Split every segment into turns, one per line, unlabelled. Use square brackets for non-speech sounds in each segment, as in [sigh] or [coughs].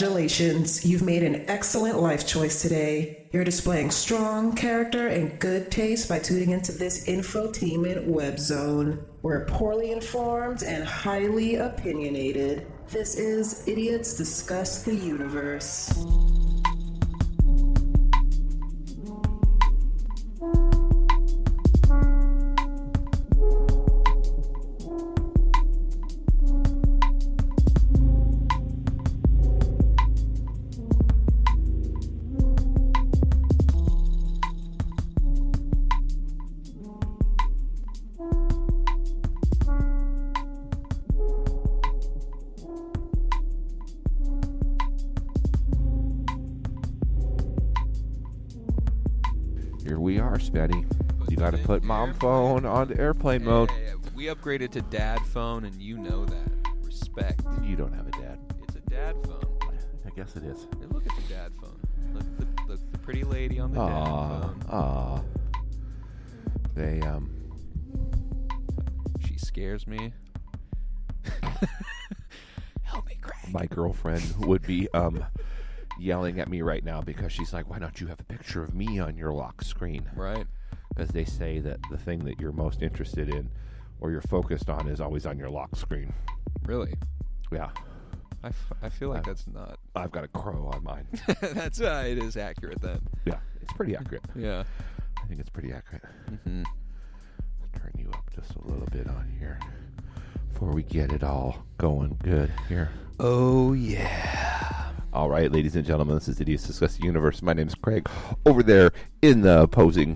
Congratulations, you've made an excellent life choice today. You're displaying strong character and good taste by tuning into this infotainment web zone. We're poorly informed and highly opinionated. This is Idiots Discuss the Universe.
Here we are, Spetty. You gotta put mom phone on airplane mode.
Hey, we upgraded to dad phone, and you know that. Respect.
You don't have a dad.
It's a dad phone.
I guess it is.
Hey, look at the dad phone. Look at the, look at the pretty lady on the dad
Aw,
phone.
aw. They um,
She scares me. [laughs] Help me, Craig.
my girlfriend would be um, yelling at me right now because she's like, "Why don't you have a picture of me on your lock screen?"
Right.
Because they say that the thing that you're most interested in or you're focused on is always on your lock screen.
Really.
Yeah,
I, f- I feel like that's not. [laughs]
I've got a crow on mine.
that's uh, it is accurate then.
yeah, it's pretty accurate.
Yeah.
I think it's pretty accurate.
Mm-hmm.
turn you up just a little bit on here before we get it all going good here.
Oh yeah.
All right, ladies and gentlemen, this is Idiots Discuss the Universe. My name's Craig. Over there in the opposing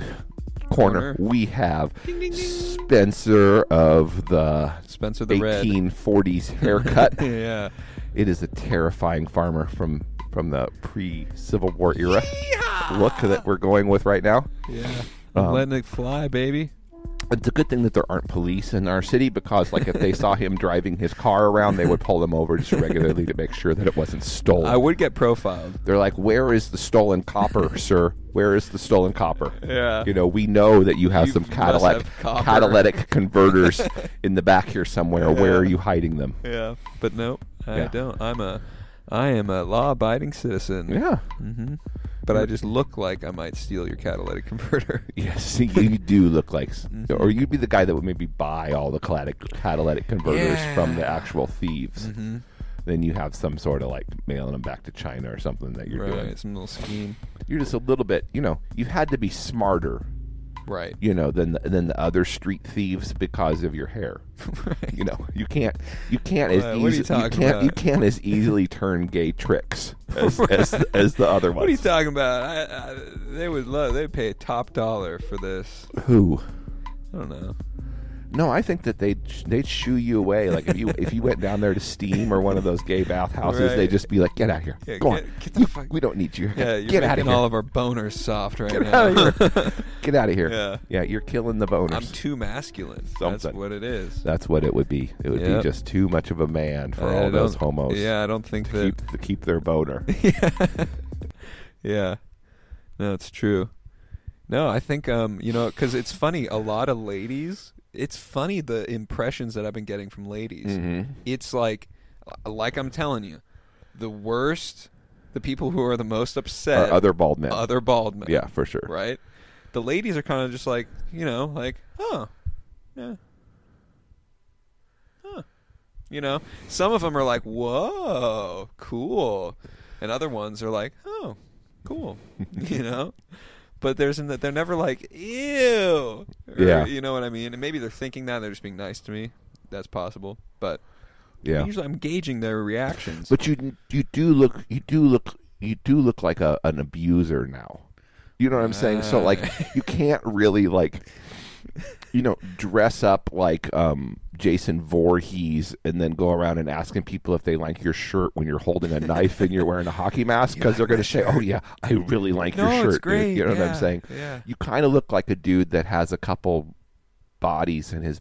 corner,
Corner.
we have
Ding, ding, ding.
Spencer of the
Spencer the Red. [laughs]
1840s haircut.
yeah.
it is a terrifying farmer from from the pre-Civil War era look that we're going with right now.
Yeah. I'm letting it fly, baby.
It's a good thing that there aren't police in our city because, like, if they saw him driving his car around, they would pull him over just regularly to make sure that it wasn't stolen.
I would get profiled.
They're like, "Where is the stolen copper, sir? Where is the stolen copper?"
Yeah.
You know, we know that you have
You
some
must
catalytic
have copper.
catalytic
[laughs]
converters in the back here somewhere. Where are you hiding them?
Yeah, but no, I
Yeah.
don't. I'm a, I am a law-abiding citizen.
Yeah.
hmm But I just look like I might steal your catalytic [laughs] converter.
Yes, [laughs] you- you do look like, s-
Mm-hmm.
or you'd be the guy that would maybe buy all the catalytic, catalytic converters from the
Yeah.
actual thieves.
Mhm.
Then you have some sort of like mailing them back to China or something that you're
right.
doing.
Some little scheme.
You're just a little bit, you know, you've had to be smarter,
Right.
you know, than the, than the other street thieves because of your hair.
[laughs]
[laughs]
Right.
You know, you can't, you can't as
What are you
easily, you,
talking
can't, you
about?
can't as easily turn gay
[laughs]
tricks as, as, as the other ones.
What are you talking about? I, I, they would love. They'd pay top dollar for this.
Who?
I don't know.
No, I think that they they'd shoo you away. Like
[laughs]
if you if you went down there to steam or one of those gay bathhouses,
Right.
they'd just be like, "Get out of here!
Yeah,
Go
get-
on,
get the
You-
fuck-
we don't need you.
Yeah, you're
get out of
making
here! [laughs]
all of our boners soft right
get
now.
out of here! get out of here!
Yeah.
you're killing the boners.
[laughs] I'm too masculine. That's
Something.
what it is.
That's what it would be. It would
Yep.
be just too much of a man for
I
all those
don't-
homos.
Yeah, I don't think
to
that.
keep to keep their
[laughs]
boner.
yeah. No, it's true. No, I think um, you know, because it's funny. A lot of ladies. It's funny the impressions that I've been getting from ladies.
Mm-hmm.
It's like, uh, like I'm telling you, the worst, the people who are the most
Or
upset,
other bald men.
other bald men.
yeah, for sure.
Right. The ladies are kind of just like you know, like huh, yeah, huh. You know, some of them are like, whoa, cool, and other ones are like, oh, cool. [laughs] you know. But there's in that they're never like ew. or-
Yeah.
You know what I mean? And maybe they're thinking that and they're just being nice to me. That's possible. But
Yeah.
usually I'm gauging their reactions.
But you you do look you do look you do look like a an abuser now. You know what I'm saying? So like
Uh.
you can't really like you know dress up like um Jason Voorhees and then go around and asking people if they like your shirt when you're holding a knife and you're wearing a
[laughs]
hockey mask because they're going to say, "Oh yeah, I really like
No,
your
it's
shirt." dude."
great.
You know what
Yeah,
I'm saying?
yeah.
You kind of look like a dude that has a couple bodies in his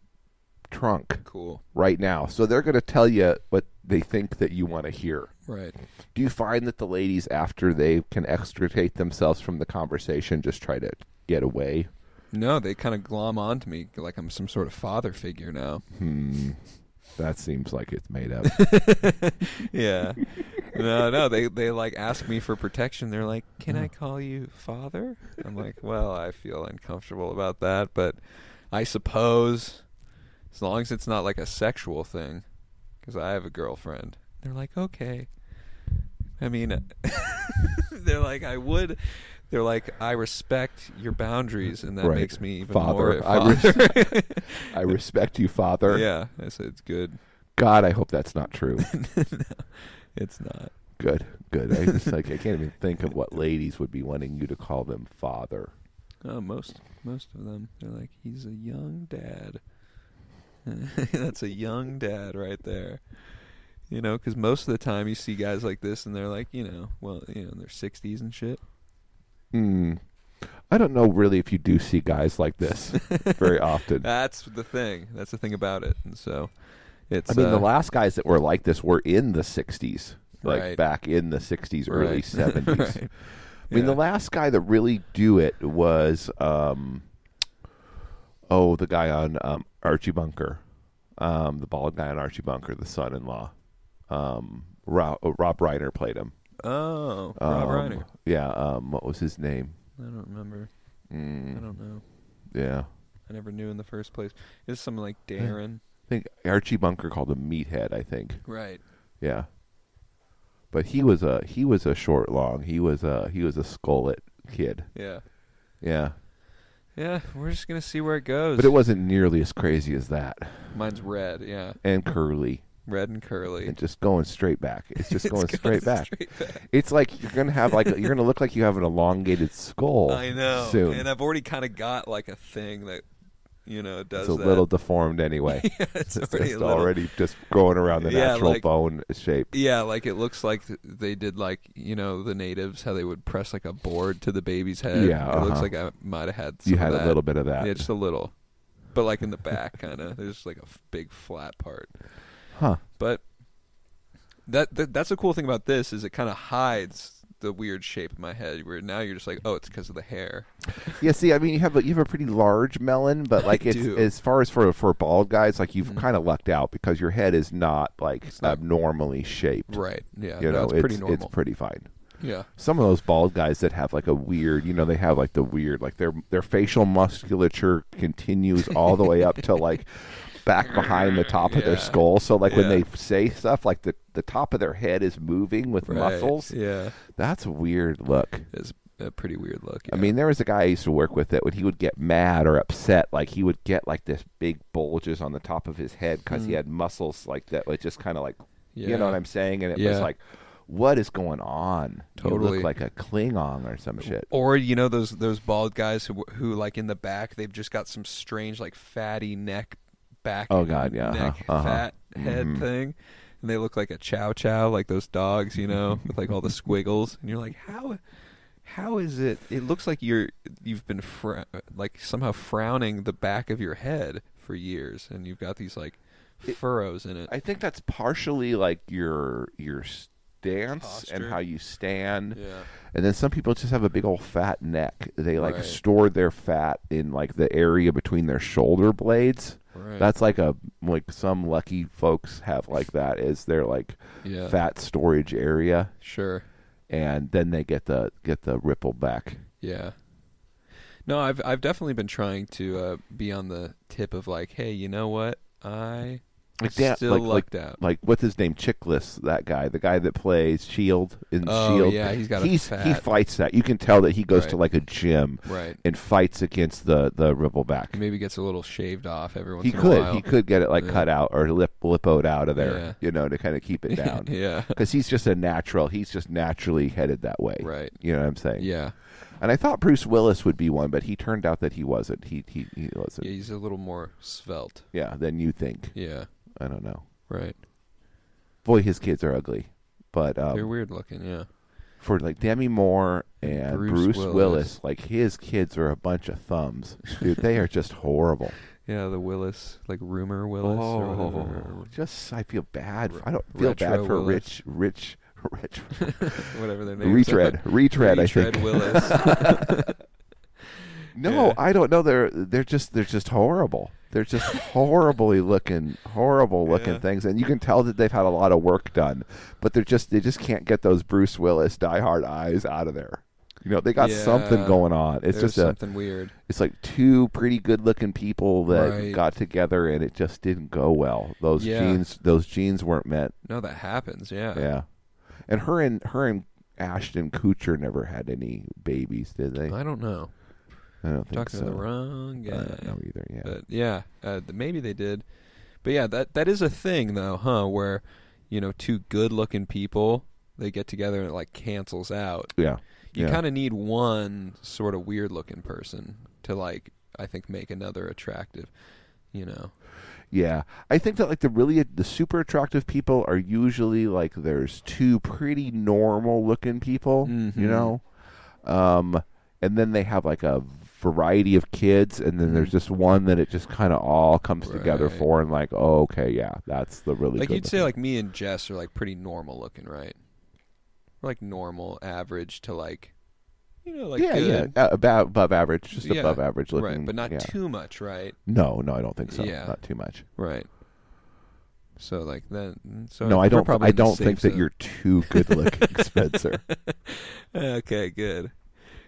trunk
cool.
right now. So they're going to tell you what they think that you want to hear.
Right.
Do you find that the ladies, after they can extricate themselves from the conversation, just try to get away?
No, they kind of glom onto me like I'm some sort of father figure now.
That seems like it's made up.
yeah. No,
[laughs]
no, they they like ask me for protection. They're like, "Can
Mm.
I call you father?" I'm like, "Well, I feel uncomfortable about that, but I suppose as long as it's not like a sexual thing cuz I have a girlfriend." They're like, "Okay." I mean, [laughs] they're like, "I would they're like, I respect your boundaries, and that
Right.
makes me even
Father.
more
I res-
father.
I respect you, Father.
[laughs] yeah, I said it's good.
God, I hope that's not true. [laughs]
It's not.
good, good. I just like I can't even think of what ladies would be wanting you to call them Father.
Oh, most most of them. They're like, he's a young dad. [laughs] That's a young dad right there. You know, because most of the time you see guys like this, and they're like, you know, well, you know, in their sixties and shit.
Hmm. I don't know really if you do see guys like this very often.
That's the thing. That's the thing about it. And so, it's.
I mean, the
[laughs] uh,
last guys that were like this were in the '60s, like
Right.
back in the '60s, early
Right. [laughs]
'70s.
Right.
I mean, the
Yeah.
last guy that really do it was, um, oh, the guy on um, Archie Bunker, um, the bald guy on Archie Bunker, the son-in-law. Um, Rob, Rob Reiner played him.
oh,
Um,
Rob Reiner.
Yeah. Um, what was his name?
I don't remember. I
Mm,
don't know.
yeah.
I never knew in the first place. It's something like
Eh.
Darren.
I think Archie Bunker called him Meathead. I think.
Right.
Yeah. But he was a he was a short long. He was a he was a skullet kid.
Yeah.
Yeah.
Yeah. We're just gonna see where it goes.
But it wasn't nearly as crazy as that.
Mine's red. Yeah.
And curly.
Red and curly.
And just going straight back. It's just
[laughs] It's
going, straight back.
straight back.
It's like you're gonna have like you're gonna look like you have an elongated skull.
I know.
Soon.
And I've already kind of got like a thing that you know does
it's a
that.
little deformed anyway.
[laughs] yeah,
[laughs]
it's
it's
already
just
a little-
already just growing around the
Yeah,
natural
like-
bone shape.
Yeah, like it looks like th- they did like you know the natives how they would press like a board to the baby's head.
Yeah,
it looks
uh-huh.
like I might have had. Some
You
of
had a
that.
little bit of that.
Yeah, just a little, but like in the back, kind of. [laughs] There's like a f- big flat part.
Huh.
But that, that that's the cool thing about this is it kind of hides the weird shape of my head. Where now you're just like, oh, it's because of the hair.
Yeah, see, I mean, you have a, you have a pretty large melon, but like it's
do. Mm-hmm.
as far as for for bald guys, like you've kind of lucked out because your head is not like
not-
abnormally shaped.
Right. Yeah.
You
no,
know,
it's, pretty normal.
It's pretty fine.
yeah.
Some of those bald guys that have like a weird, you know, they have like the weird, like their their facial musculature continues all the way up to like back behind the top of their
[laughs] Yeah.
skull. So like when
Yeah.
they say stuff, like the the top of their head is moving with
Right.
muscles.
Yeah.
That's a weird look.
It's a pretty weird look.
I
yeah.
mean, there was a guy I used to work with that when he would get mad or upset, like he would get like this big bulges on the top of his head because he had muscles like that was just kind of like, you
Hmm. Yeah.
know what I'm saying? And it was
Yeah.
like, what is going on? You
Totally.
look like a Klingon or some shit.
Or you know those those bald guys who who like in the back they've just got some strange like fatty neck back.
Oh, God, yeah, uh-huh,
neck
uh-huh.
fat head thing, and they look like a chow chow like those dogs you know with like
[laughs]
all the squiggles and you're like how how is it? It looks like you're you've been fr- like somehow frowning the back of your head for years and you've got these like furrows in it.
I think that's partially like your your stance and
Posture.
how you stand.
yeah.
And then some people just have a big old fat neck. They like
Right.
store their fat in like the area between their shoulder blades.
Right.
That's like a like some lucky folks have like that is their like
Yeah.
fat storage area,
Sure.
and then they get the get the ripple back.
Yeah. No, I've I've definitely been trying to uh, be on the tip of like, hey, you know what? I
Like Dan-
still
like- like-
lucked out.
Like what's his name? Chickless, that guy, the guy that plays Shield E in
Oh,
Shield.
yeah, he's got a
he's he
fat-
fights that. You can tell that he goes to
Right.
like a gym
right.
and fights against the the ripple back.
He maybe gets a little shaved off every once
He
in a
could
while.
he could get it like
Yeah.
cut out or lip lipoed out of there,
Yeah.
you know, to kind of keep it down.
[laughs] [laughs] yeah.
Because he's just a natural. He's just naturally headed that way.
Right.
You know what I'm saying?
Yeah.
And I thought Bruce Willis would be one, but he turned out that he wasn't. He he, he
Yeah,
wasn't.
he's a little more svelte.
Yeah. than you think.
Yeah.
I don't know.
Right.
Boy, his kids are ugly. But
They're
um,
weird looking, yeah.
for like Demi Moore and Bruce,
Bruce
Willis.
Willis.
like his kids are a bunch of thumbs. Dude, they are just horrible.
Yeah, the Willis, like rumor [laughs] Willis or
Oh.
whatever,
just I feel bad. For, I don't feel bad
Retro
for
Willis.
rich, rich, [laughs] rich.
[laughs] whatever their
[laughs]
name
retread, retread. I think.
Willis.
No, So I don't know. They're they're just they're just horrible. They're
[laughs]
just horribly looking, horrible looking
Yeah.
things, and you can tell that they've had a lot of work done, but they're just they just can't get those Bruce Willis diehard eyes out of there. You know, they got something
Yeah.
going on. It's
There's
just a,
something weird.
it's like two pretty good looking people that
Right.
got together, and it just didn't go well. Those
Yeah. Uh,
genes, those genes weren't met.
No, that happens. Yeah.
Yeah, and her and her and Ashton Kutcher never had any babies, did they?
I don't know.
I don't think
Talking
so.
to the wrong guy.
I don't know either. Yeah.
But yeah, uh, th- maybe they did. But yeah, that that is a thing though, huh? Where you know two good-looking people they get together and it like cancels out.
yeah.
You
yeah.
kind of need one sort of weird-looking person to like I think make another attractive. You know.
Yeah, I think that like the really the super attractive people are usually like there's two pretty normal looking people,
Mm-hmm.
you know, um, and then they have like a variety of kids, and then there's just one that it just kind of all comes together
Mm-hmm. Right.
for, and like, oh, okay, yeah, that's the really
Like
good
you'd say
looking.
like me and Jess are like pretty normal looking, right? We're like normal, average to like you know like
yeah,
good.
yeah, uh, above above average, just
Yeah,
above average looking,
Right, but not
yeah.
too much, right?
No, no, I don't think so.
Yeah.
Not too much.
Right. So like that. So
no,
we're
I don't.
probably
I
in the
don't
safe
think that
zone.
you're too good looking,
[laughs]
Spencer.
Okay, good.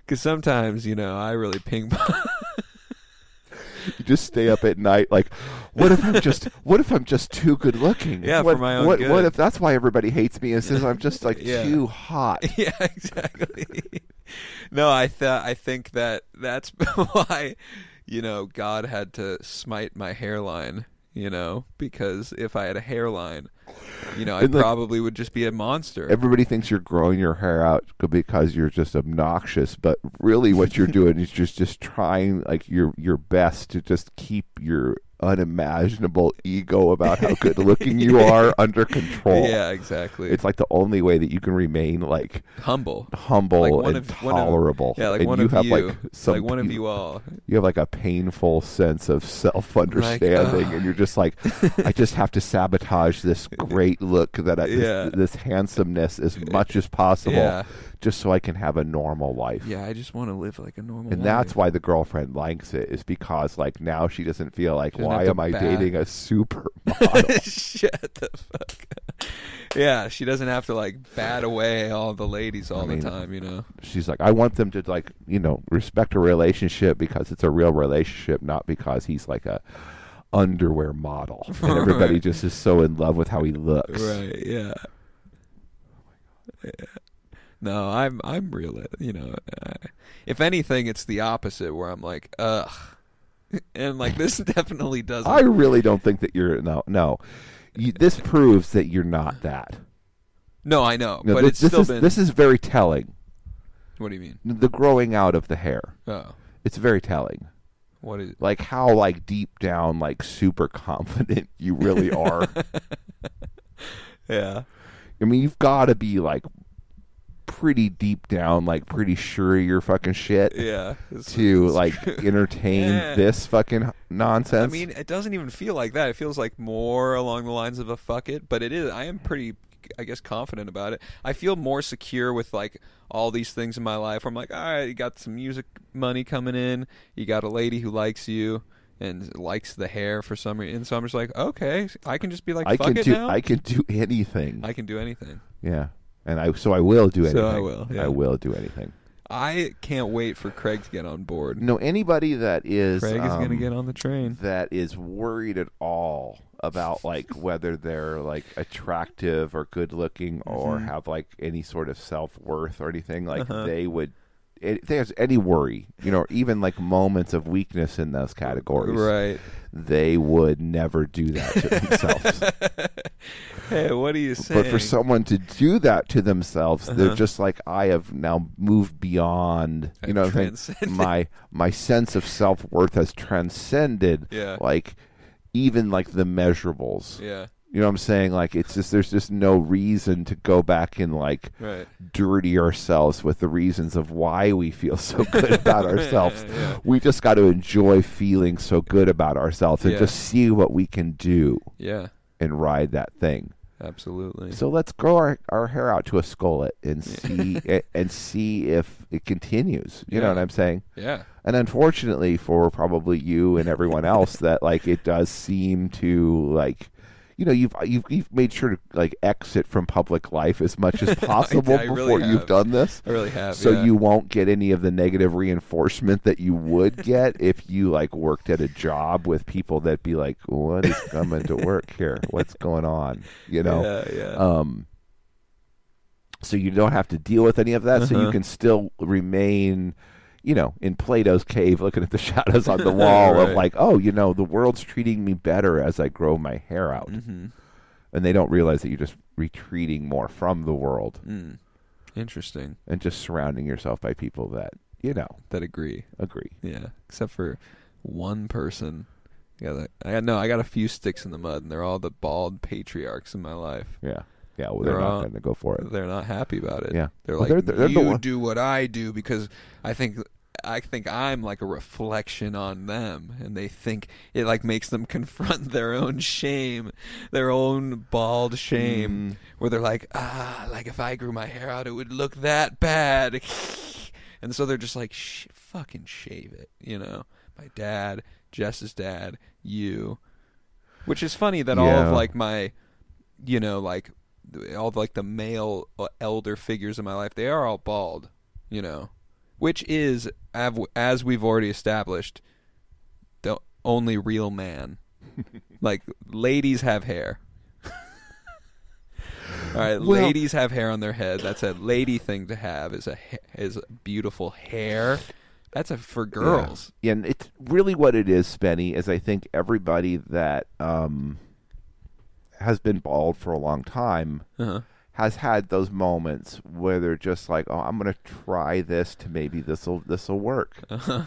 Because sometimes you know I really ping [laughs] pong.
You just stay up at night like what if i'm just what if i'm just too good looking
Yeah,
what,
for my own
what,
good.
what if that's why everybody hates me is 'cause i'm just like
Yeah.
too
[laughs]
hot
yeah, exactly. [laughs] no, I th- I think that that's [laughs] why you know God had to smite my hairline. You know, because if I had a hairline, you know, I
And, like,
probably would just be a monster.
everybody thinks you're growing your hair out c- because you're just obnoxious but really what you're doing is just just trying like your your best to just keep your unimaginable ego about how good looking
[laughs]
you are under control
yeah, exactly.
it's like the only way that you can remain like
humble.
humble
Like one
and
of- one of-
tolerable
Yeah, like
and
one
you
of
have
you,
like some
like one of
you-
you all.
you have like a painful sense of self understanding,
ugh.
and you're just like, I just have to sabotage
[laughs]
this great look that I,
Yeah.
this, this handsomeness as much as possible,
Yeah.
just so I can have a normal life.
Yeah, I just want to live like a normal.
And
life.
that's why the girlfriend likes it, is because like now she doesn't feel like
Doesn't
why
have to
am I
bat.
dating a
[laughs]
supermodel?
Shut the fuck. up. Yeah, she doesn't have to like bat away all the ladies all
mean-
the time,
[laughs]
you know.
She's like, I want them to like you know respect a relationship because it's a real relationship, not because he's like a underwear model and everybody
[laughs] Right.
just is so in love with how he looks.
Right? Yeah. Yeah. No, I'm I'm real. You know, I- if anything, it's the opposite where I'm like, ugh, [laughs] and like this [laughs] definitely doesn't.
I really don't think that you're no no. You, this proves that you're not that.
no, I know,
No,
but
this,
it's
this
still
is
been.
this is very telling.
what do you mean?
The growing out of the hair.
Oh,
It's very telling.
what is?
Like how like deep down like super confident [laughs] you really
[laughs]
are.
Yeah.
I mean, you've got to be like pretty deep down like pretty sure you're fucking shit
Yeah. It's-
to
[laughs] it's
like entertain
Yeah.
this fucking nonsense.
I mean, it doesn't even feel like that. It feels like more along the lines of a fuck it, but it is. I am pretty, I guess, confident about it. I feel more secure with like all these things in my life. Where I'm like, all right, you got some music money coming in. You got a lady who likes you and likes the hair for some reason. So I'm just like, okay, I can just be like,
I
fuck
can
it
do
now.
I can do anything.
I can do anything.
yeah. And I so I will do anything.
So I will, yeah.
I will do anything.
I can't wait for Craig to get on board.
No, anybody that is
Craig is
Mm,
going to
um,
get on the train.
that is worried at all about like whether they're like attractive or good looking or
Mm-hmm.
have like any sort of self worth or anything like
Uh-huh.
they would. It, if there's any worry, you know, or even like moments of weakness in those categories,
Right.
they would never do that to
[laughs]
themselves.
Hey, what are you saying?
but for someone to do that to themselves, they're
Uh-huh.
just like, I have now moved beyond. You
I've
know, what I'm saying?
transcended.
my my sense of self worth has transcended.
Yeah.
like even like the measurables.
Yeah.
You know what I'm saying? Like it's just there's just no reason to go back and like
Right.
dirty ourselves with the reasons of why we feel so
[laughs]
good about ourselves. We just got to enjoy feeling so good about ourselves and
Yeah.
just see what we can do
Yeah.
and ride that thing.
Absolutely.
So let's grow our, our hair out to a skullet and see
[laughs]
a- and see if it continues. You know
Yeah.
what I'm saying?
yeah.
And unfortunately for probably you and everyone else that like it does seem to like you know you've you've you've made sure to like exit from public life as much
[laughs]
as possible
I really
before you've
have.
done this.
I really have.
So
yeah.
you won't get any of the negative reinforcement that you would
[laughs]
get if you like worked at a job with people that be like, "What is coming to work here? What's going on?" You know.
Yeah, yeah.
Um, so you don't have to deal with any of that. So you can still remain, you know, in Plato's cave, looking at the [laughs] shadows on the wall of
Right.
like, oh, you know, the world's treating me better as I grow my hair out, and they don't realize that you're just retreating more from the world
Interesting.
and just surrounding yourself by people that you know
That agree.
agree.
Yeah. Except for one person. I got that- I got no. I got a few sticks in the mud, and they're all the bald patriarchs in my life.
Yeah, yeah. Well, they're,
They're
not
all-
going to go for it.
They're not happy about it.
Yeah.
They're
Well,
like,
they're- they're- they're the
you
one-
do what I do because I think. I think I'm like a reflection on them, and they think it like makes them [laughs] confront their own shame, their own bald shame,
Mm.
where they're like, ah, like if I grew my hair out, it would look that bad, [laughs] and so they're just like, Sh- fucking shave it, you know. My dad, Jess's dad, you, which is funny that all
Yeah.
of like my you know, like th- all the, like the male uh, elder figures in my life, they are all bald, you know, which is av- as we've already established, the only
[laughs]
real man. like ladies have hair. [laughs] all right,
Well-
ladies have hair on their head. That's a lady thing to have is a ha- is beautiful hair. That's a for girls.
Yeah, and it's really what it is, Spenny, is I think everybody that um, has been bald for a long time
Uh-huh.
has had those moments where they're just like, "Oh, I'm going to try this to maybe this will this will work,"
Uh-huh.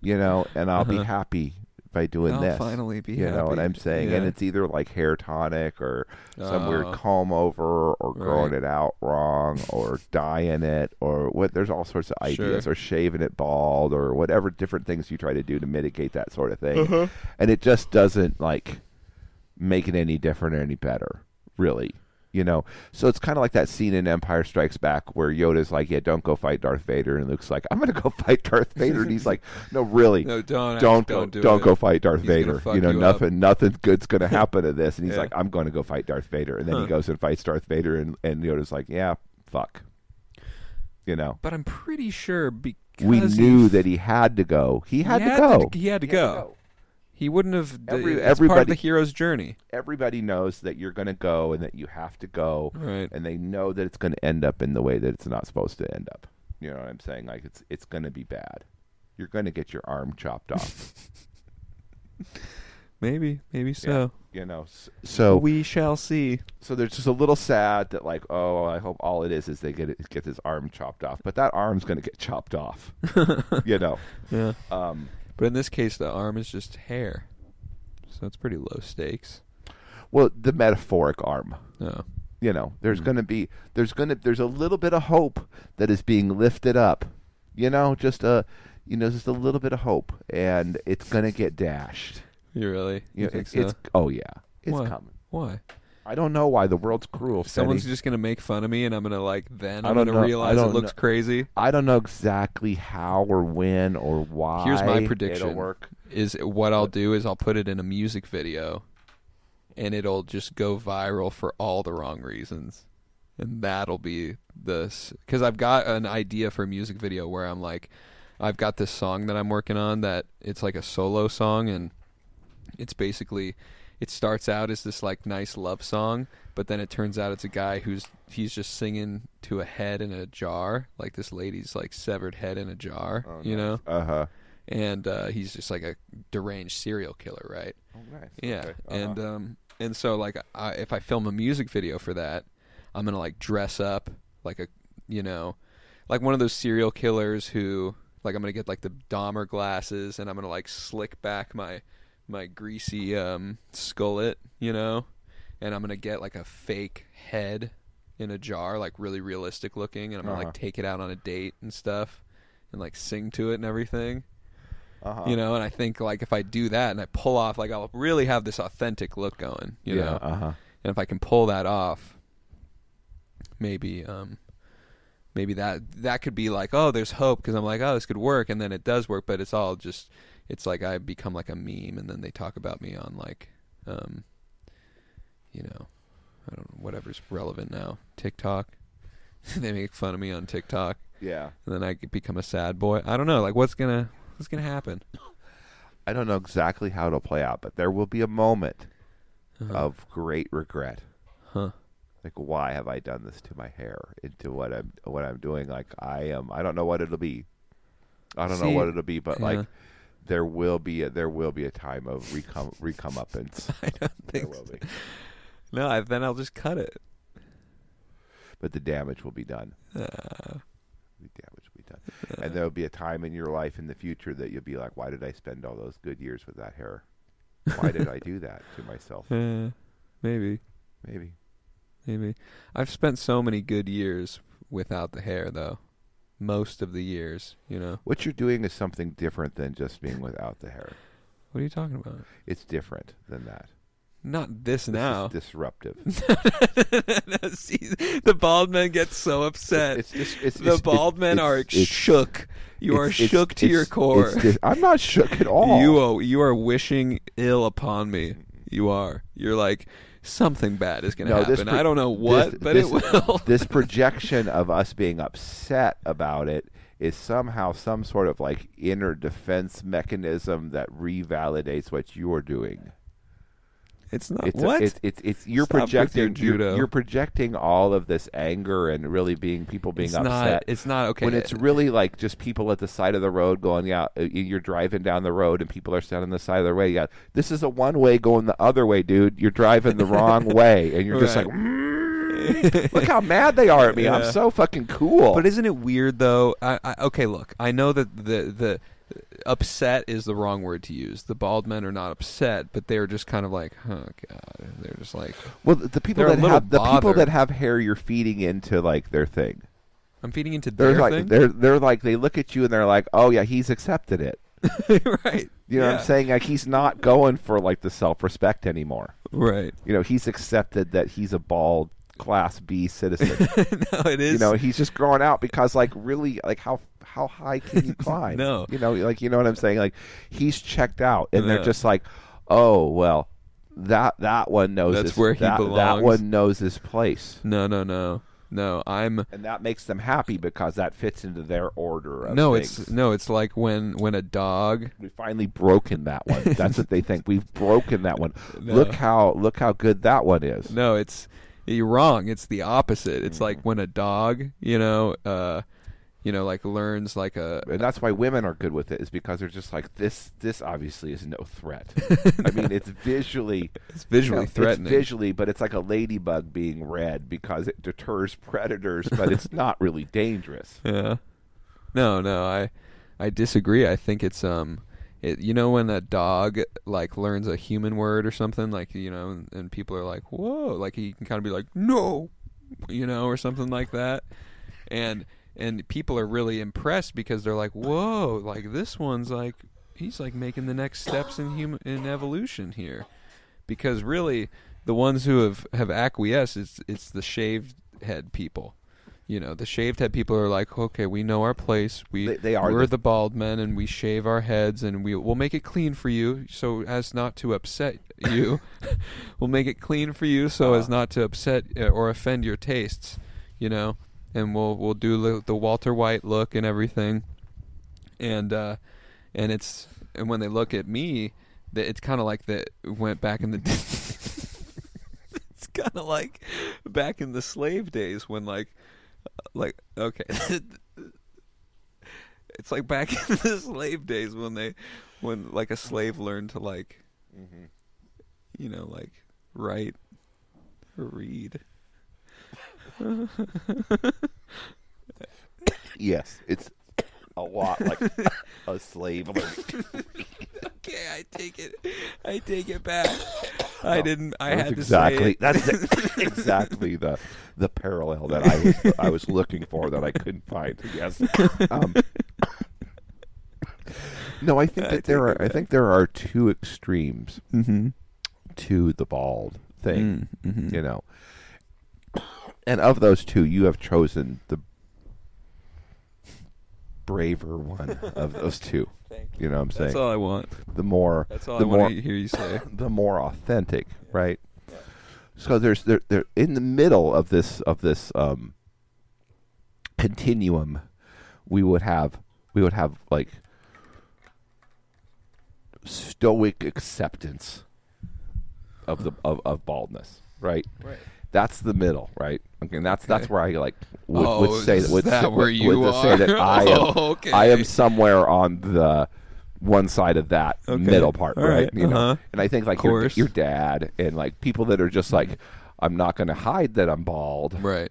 you know, and I'll be happy by doing
I'll
this.
Uh-huh. Oh, finally be
you know what
happy.
I'm saying, and
Yeah.
it's either like hair tonic or some weird
Oh.
comb over or growing
Right.
it out wrong
[laughs]
or dyeing it or what. There's all sorts of ideas
Sure.
or shaving it bald or whatever different things you try to do to mitigate that sort of thing,
Uh-huh.
and it just doesn't like make it any different or any better, really. You know, so it's kind of like that scene in Empire Strikes Back where Yoda's like, "Yeah, don't go fight Darth Vader," and Luke's like, "I'm gonna go [laughs] fight Darth Vader," and he's like, "No, really,
[laughs] No, don't
don't
don't
go,
do
not
it.
go fight Darth
He's gonna
Vader.
fuck
You know,
you
nothing, nothing good's gonna
[laughs]
happen to this. And he's
Yeah.
like, I'm going to go fight Darth Vader, and then he goes and fights Darth Vader, and and Yoda's like, yeah, fuck. You know,
But I'm pretty sure because
we
he
knew that he had to go. He had, to,
had
go.
he had to go. He wouldn't have.
Every-
it's part of
everybody-
the hero's journey.
Everybody knows that you're gonna go and that you have to go,
Right.
and they know that it's gonna end up in the way that it's not supposed to end up. You know what I'm saying? Like it's it's gonna be bad. You're gonna get your arm chopped off.
Maybe, maybe so.
you know. S- So
We shall see.
so there's just a little sad that like oh i hope all it is is they get it, get his arm chopped off but that arm's going to get chopped
[laughs]
off you know
Yeah.
um,
But in this case, the arm is just hair, so it's pretty low stakes.
well the metaphoric arm
No.
you know
Mm.
there's going to be there's going to there's a little bit of hope that is being lifted up you know just a you know just a little bit of hope and it's going to get dashed
You really?
you
You
know,
think
it's,
so?
it's oh yeah it's
Why?
coming
Why?
i don't know why the world's cruel
Someone's
Fetty.
just gonna make fun of me, and I'm gonna like then
I
I'm
don't
gonna
know- I
realize
don't
it looks
know.
crazy.
i don't know exactly how or when or why
Here's my
it'll
prediction:
work
is what I'll do is I'll put it in a music video, and it'll just go viral for all the wrong reasons, and that'll be this because I've got an idea for a music video where I'm like, I've got this song that I'm working on that it's like a solo song and it's basically it starts out as this like nice love song but then it turns out it's a guy who's he's just singing to a head in a jar like this lady's like severed head in a jar you know
uh-huh
and uh, he's just like a deranged serial killer, right?
Nice.
Yeah,
Okay. Uh-huh.
and um, and so like I, if I film a music video for that, I'm gonna like dress up like a you know, like one of those serial killers who like I'm gonna get like the Dahmer glasses and I'm gonna like slick back my my greasy um skullet, you know, and I'm gonna get like a fake head in a jar, like really realistic looking, and I'm gonna
Uh-huh.
like take it out on a date and stuff, and like sing to it and everything
Uh-huh.
you know and i think like if i do that and i pull off like i'll really have this authentic look going you
yeah,
know
uh-huh.
and if I can pull that off, maybe um, maybe that that could be like oh there's hope because I'm like oh this could work and then it does work but it's all just it's like I become like a meme and then they talk about me on like um, you know I don't know whatever's relevant now TikTok [laughs] they make fun of me on TikTok
Yeah.
and then I become a sad boy I don't know like what's gonna what's gonna happen
I don't know exactly how it'll play out, but there will be a moment of great regret.
Uh-huh. huh
Like, why have I done this to my hair and to what I'm what I'm doing? Like, I am. I don't know what it'll be. I don't know
See,
what it'll be, but
yeah.
like, there will be a, there will be a time of
[laughs]
recom recumbence.
I don't
there
think
will be,
no I, then I'll just cut it
but the damage will be done.
uh,
The damage will be done, and there will be a time in your life in the future that you'll be like, why did I spend all those good years with that hair? Why did I
[laughs]
do that to myself?
eh, maybe
Maybe.
Maybe. I've spent so many good years without the hair, though. Most of the years, you know.
What you're doing is something different than just being without the hair.
What are you talking about?
It's different than that.
Not this,
This
now.
is
[laughs]
disruptive.
No, see, the bald men get so upset.
It's dis- it's-
the
it's-
bald
it's-
men are
it's- it's-
shook. You are
It's- it's-
shook to your
it's-
core.
it's dis- I'm not
[laughs]
shook at all.
You are, you are wishing ill upon me. You are. You're like something bad is going to
Mm-hmm. No, this
happen.
pro-
I don't know what,
this-
but
this-
it will. [laughs]
this projection of us being upset about it is somehow some sort of like inner defense mechanism that revalidates what you're doing.
it's not
It's a-
what.
it's, it's it's you're
Stop with your
projecting you're-
judo.
You're, projecting all of this anger and really being people being
It's
upset.
not. It's not okay.
when it's really like just people at the side of the road going out uh, you're driving down the road and people are standing on the side of the way yeah this is a one way going the other way dude you're driving the
[laughs]
wrong way and you're just
Right. [laughs]
like "Mm, look how mad they are at me i'm
Yeah.
so fucking cool
But isn't it weird though? I, I, okay, look, I know that the the upset is the wrong word to use. The bald men are not upset, but they're just kind of like, oh god, they're just like,
well the the people
they're a
that
little
have the people
bothered.
that have hair you're feeding into like their thing
I'm feeding into
they're
their
like
thing,
they're they're like they look at you and they're like oh yeah he's accepted it
[laughs] right?
you know what
Yeah.
i'm saying like he's not going for like the self-respect anymore
Right? [laughs]
you know he's accepted that he's a bald class b citizen
[laughs] no, it is.
you know he's just growing out because like really like how how high can
[laughs]
you climb
No.
you know like you know what i'm saying like he's checked out and
Yeah.
they're just like oh well that that one knows
That's
his-
where he
that,
belongs."
that one knows his place
no, no, no, no. I'm
and that makes them happy because that fits into their order of
no.
things.
It's no. It's like when when a dog.
We've finally broken that
[laughs]
one. That's what they think. We've broken that one.
No.
Look how look how good that one is.
No, it's you're wrong. It's the opposite. It's
Mm.
like when a dog, you know, uh, you know, like learns like a
and that's why women are good with it is because they're just like this this obviously is no threat i mean
[laughs]
it's visually
it's visually
it's
threatening.
visually but it's like a ladybug being red because it deters predators but it's not really
[laughs]
dangerous
Yeah. No, no, I I disagree. I think it's um it you know when a dog like learns a human word or something like you know and, and people are like, "Whoa," like he can kind of be like, "No," you know, or something like that. And and people are really impressed because they're like, "Whoa, like this one's like he's like making the next steps in human in evolution here." Because really the ones who have have acquiesced it's it's the shaved head people you know the shaved head people are like okay we know our place we
They- they are
we're
the-
the bald men and we shave our heads and we we'll make it clean for you so as not to upset
[laughs]
you [laughs] we'll make it clean for you so
Uh-huh.
as not to upset uh, or offend your tastes you know and we'll we'll do the, the Walter White look and everything and uh, and it's and when they look at me, that it's kind of like that went back in the. [laughs] it's kind of like back in the slave days when like, uh, like okay, [laughs] it's like back in the slave days when they, when like a
Mm-hmm.
slave learned to like, you know, like write, or read.
yes it's a lot like a slave learning.
Okay, I take it. I take it back. I didn't. I
Oh, That's
had to
exactly
say it.
that's [laughs]
[laughs]
e- exactly the the parallel that I was I was looking for that I couldn't find. Yes. Um, [coughs] no, I Mm-hmm. think that there are I think there are two extremes to the bald
Mm.
thing, you know. And of those two, you have chosen the braver one of those two.
[laughs] Thank
You know what I'm saying?
That's all I want.
the more
That's all
the
I
more
want to hear you say.
the more authentic, right? So there's there there in the middle of this of this um, continuum, we would have we would have like stoic acceptance of the of, of baldness, [laughs] right?
Right.
That's the middle, right? Okay, and that's that's
Okay.
where I like would,
Oh,
would say
is
would,
that
say-
where
would-
you
would say
are? [laughs]
that I am
Oh, okay.
I am somewhere on the one side of that
Okay.
middle part,
All
right?
right.
You
Uh-huh.
know, and I think like your,
course.
your dad and like people that are just like, I'm not going to hide that I'm bald,
Right.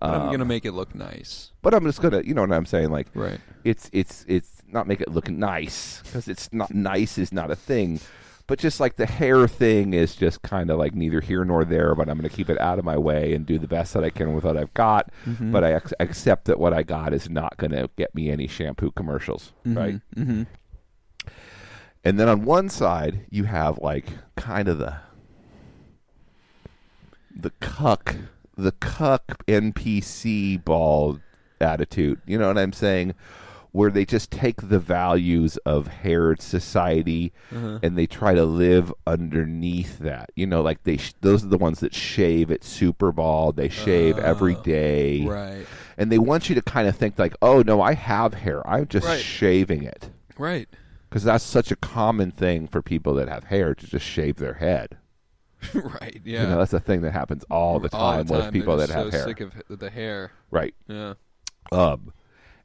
But I'm
Um,
gonna make it look nice.
but I'm just gonna, you know what I'm saying? Like,
Right.
It's it's it's not make it look nice because it's not nice is not a thing, but just like the hair thing is just kind of like neither here nor there. But I'm gonna keep it out of my way and do the best that I can with what I've got. But I ac- accept that what I got is not gonna get me any shampoo commercials, right? Mm-hmm. And then on one side you have like kind of the the cuck the cuck npc ball attitude you know what i'm saying where they just take the values of hair society
Uh-huh.
and they try to live underneath that you know like they sh- those are the ones that shave at super bowl they shave every day
Oh, Right.
and they want you to kind of think like oh no i have hair i'm just
Right.
shaving it
Right.
because that's such a common thing for people that have hair to just shave their head
[laughs] right. Yeah.
you know that's a thing that happens all the time, with
They're
people that
just
have
so
hair
Sick of h- the hair.
right
Yeah.
Um,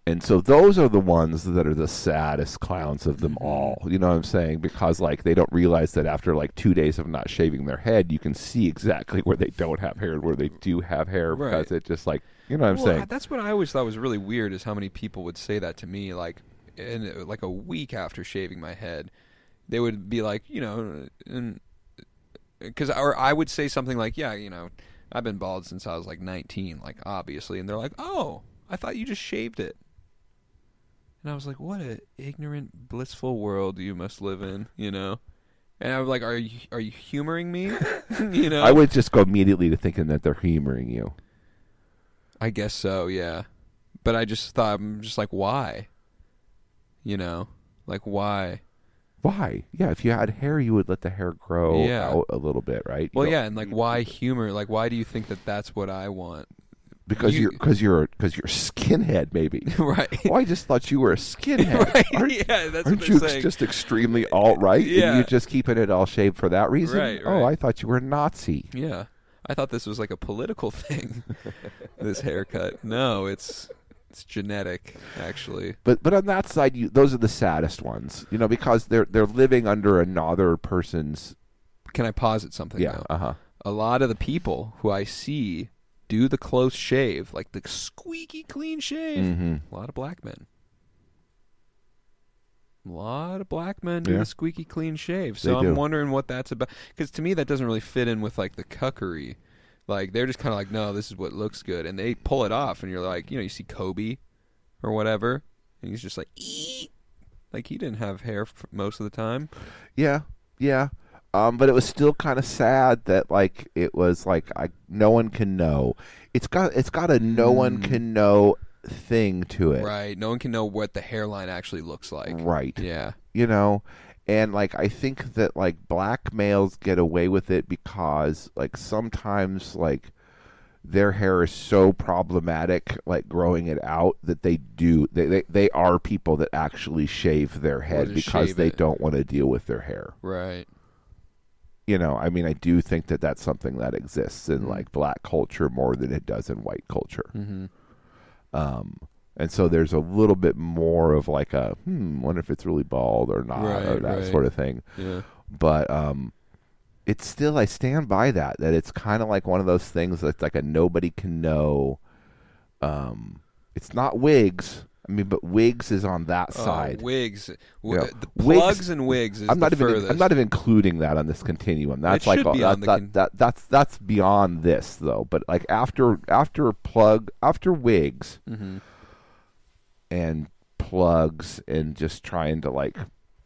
and so those are the ones that are the saddest clowns of
Mm-hmm.
them all. You know what I'm saying? Because like they don't realize that after like two days of not shaving their head, you can see exactly where they don't have hair and where they do have hair because
Right.
it just like you know what I'm
well, I-
saying?
that's what I always thought was really weird is how many people would say that to me like in uh, like a week after shaving my head. They would be like, you know, and cuz or I would say something like, yeah, you know, I've been bald since I was like 19, like obviously, and they're like, "Oh, I thought you just shaved it." And I was like, "What a ignorant, blissful world you must live in," you know? And I'm like, "Are you are you humoring me?" [laughs] you know?
I would just go immediately to thinking that they're humoring you.
I guess so, yeah. But I just thought I'm just like why? You know, like why?
Why? Yeah, if you had hair, you would let the hair grow
Yeah.
out a little bit, right? You
Well,
don't-
yeah, and
[laughs]
like why humor? Like why do you think that that's what I want? [laughs]
because
you-
you, are because you're because you're a skinhead, maybe.
[laughs] right.
oh, I just thought you were a skinhead.
[laughs] right.
Aren't
yeah, that's
Aren't
what
you
I'm
ex-
saying.
just extremely alt right? And
Yeah.
you're just keeping it all shaved for that reason?
Right,
Oh,
right.
I thought you were a Nazi.
yeah. I thought this was like a
[laughs]
political [laughs] thing. this haircut. No, it's it's genetic actually.
But but on that side, you those are the saddest ones, you know, because they're they're living under another person's.
Can I posit something
Yeah.
now?
Uh huh.
a lot of the people who I see do the close shave, like the squeaky clean shave.
Mm-hmm.
A lot of black men. A lot of black men do
Yeah.
the squeaky clean shave.
They
So
do.
I'm wondering what that's about. Because to me, that doesn't really fit in with like the cuckery. Like they're just kind of like, no, this is what looks good, and they pull it off, and you're like, you know, you see Kobe or whatever, and he's just like, "Eek." like he didn't have hair f- most of the time.
Yeah. Yeah. Um, but it was still kind of sad that like it was like I no one can know. It's got it's got a no one can know thing to it.
Mm. Right. No one can know what the hairline actually looks like.
Right.
Yeah.
you know and like i think that like black males get away with it because like sometimes like their hair is so problematic like growing it out that they do they they, they are people that actually shave their head
just
because
shave
they
it.
don't want to deal with their hair
Right.
you know i mean i do think that that's something that exists
Mm-hmm.
in like black culture more than it does in white culture mm-hmm. um and so there's a little bit more of like a hmm wonder if it's really bald or not or
Right,
that
right.
sort of thing
Yeah.
but um it's still i stand by that that it's kind of like one of those things that's like a nobody can know um it's not wigs i mean but wigs is on that
Oh,
side
wigs. W-
Yeah.
The
Wigs-
plugs and wigs is
I'm not
the
even.
furthest.
I'm not even including that on this continuum. That's
It
like
should
all-
be
that,
on the
that,
con-
that- that's that's beyond this though. But like after after plug after wigs
Mm-hmm.
and plugs and just trying to like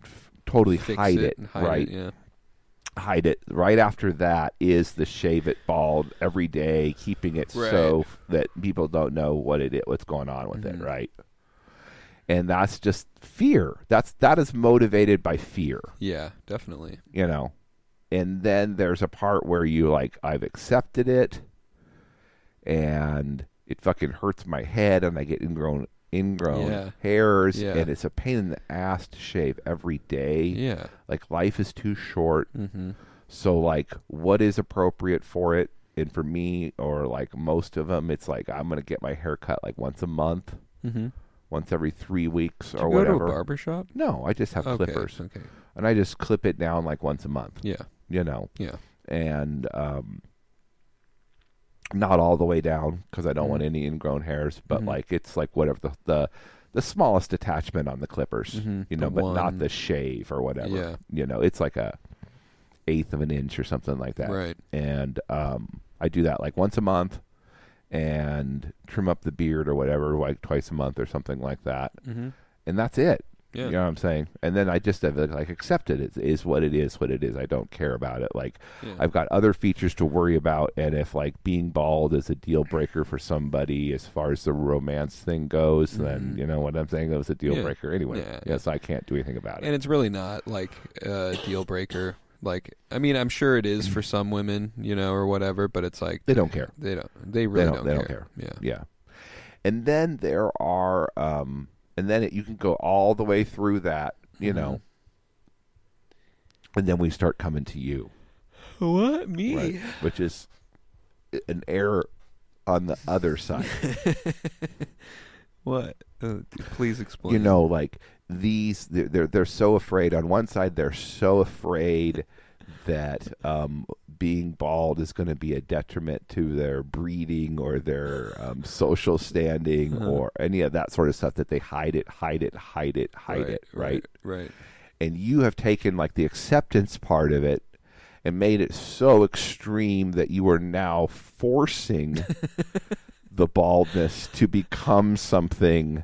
f- totally
Fix
hide
it
it,
and hide
right?
it, yeah.
hide it. Right after that is the shave it bald every day, keeping it so that people don't know what it what's going on with
Mm-hmm.
it, right? And that's just fear. That's that is motivated by fear
Yeah, definitely.
you know and then there's a part where you like i've accepted it and it fucking hurts my head and i get ingrown ingrown
Yeah.
hairs
Yeah.
and it's a pain in the ass to shave every day
Yeah. Mm-hmm.
like life is too short so like what is appropriate for it and for me or like most of them it's like i'm gonna get my hair cut like once a month once every three weeks or
Mm-hmm. Go
whatever
to a barber shop.
no i just have
Okay,
clippers
Okay.
and i just clip it down like once a month
Yeah.
you know
Yeah.
and um, not all the way down because I don't want
Mm-hmm.
any ingrown hairs, but like it's like whatever the the, the smallest attachment on the clippers, you know, but
Mm-hmm. one.
not the shave or whatever.
Yeah.
You know, it's like a eighth of an inch or something like that.
Right.
And um, I do that like once a month and trim up the beard or whatever like twice a month or something like that. Mm-hmm. And that's it.
Yeah.
You know what I'm saying? And then I just have like accepted it is what it is, what it is. I don't care about it. Like
Yeah.
I've got other features to worry about and if like being bald is a deal breaker for somebody as far as the romance thing goes, then you know what I'm saying? That was a deal
Mm-hmm. Yeah.
breaker anyway.
Yeah,
Yes, I can't do anything about it.
And it's really not like a deal breaker. Like, I mean, I'm sure it is for some women, you know, or whatever, but it's like
Mm-hmm. they don't care.
They don't. They
They
really
don't, they don't
care.
care.
Yeah.
Yeah. And then there are um and then it, you can go all the way through that, you
Mm-hmm.
know. And then we start coming to you.
What me?
right? Which is an error on the other [laughs] side.
What? Uh, d- please explain.
you know, like these, they're- they're they're so afraid. On one side, they're so afraid that um, being bald is going to be a detriment to their breeding or their um, social standing or any of that sort of stuff that they hide it, hide it, hide it, hide it, right?
Right.
and you have taken like the acceptance part of it and made it so extreme that you are now forcing the baldness to become something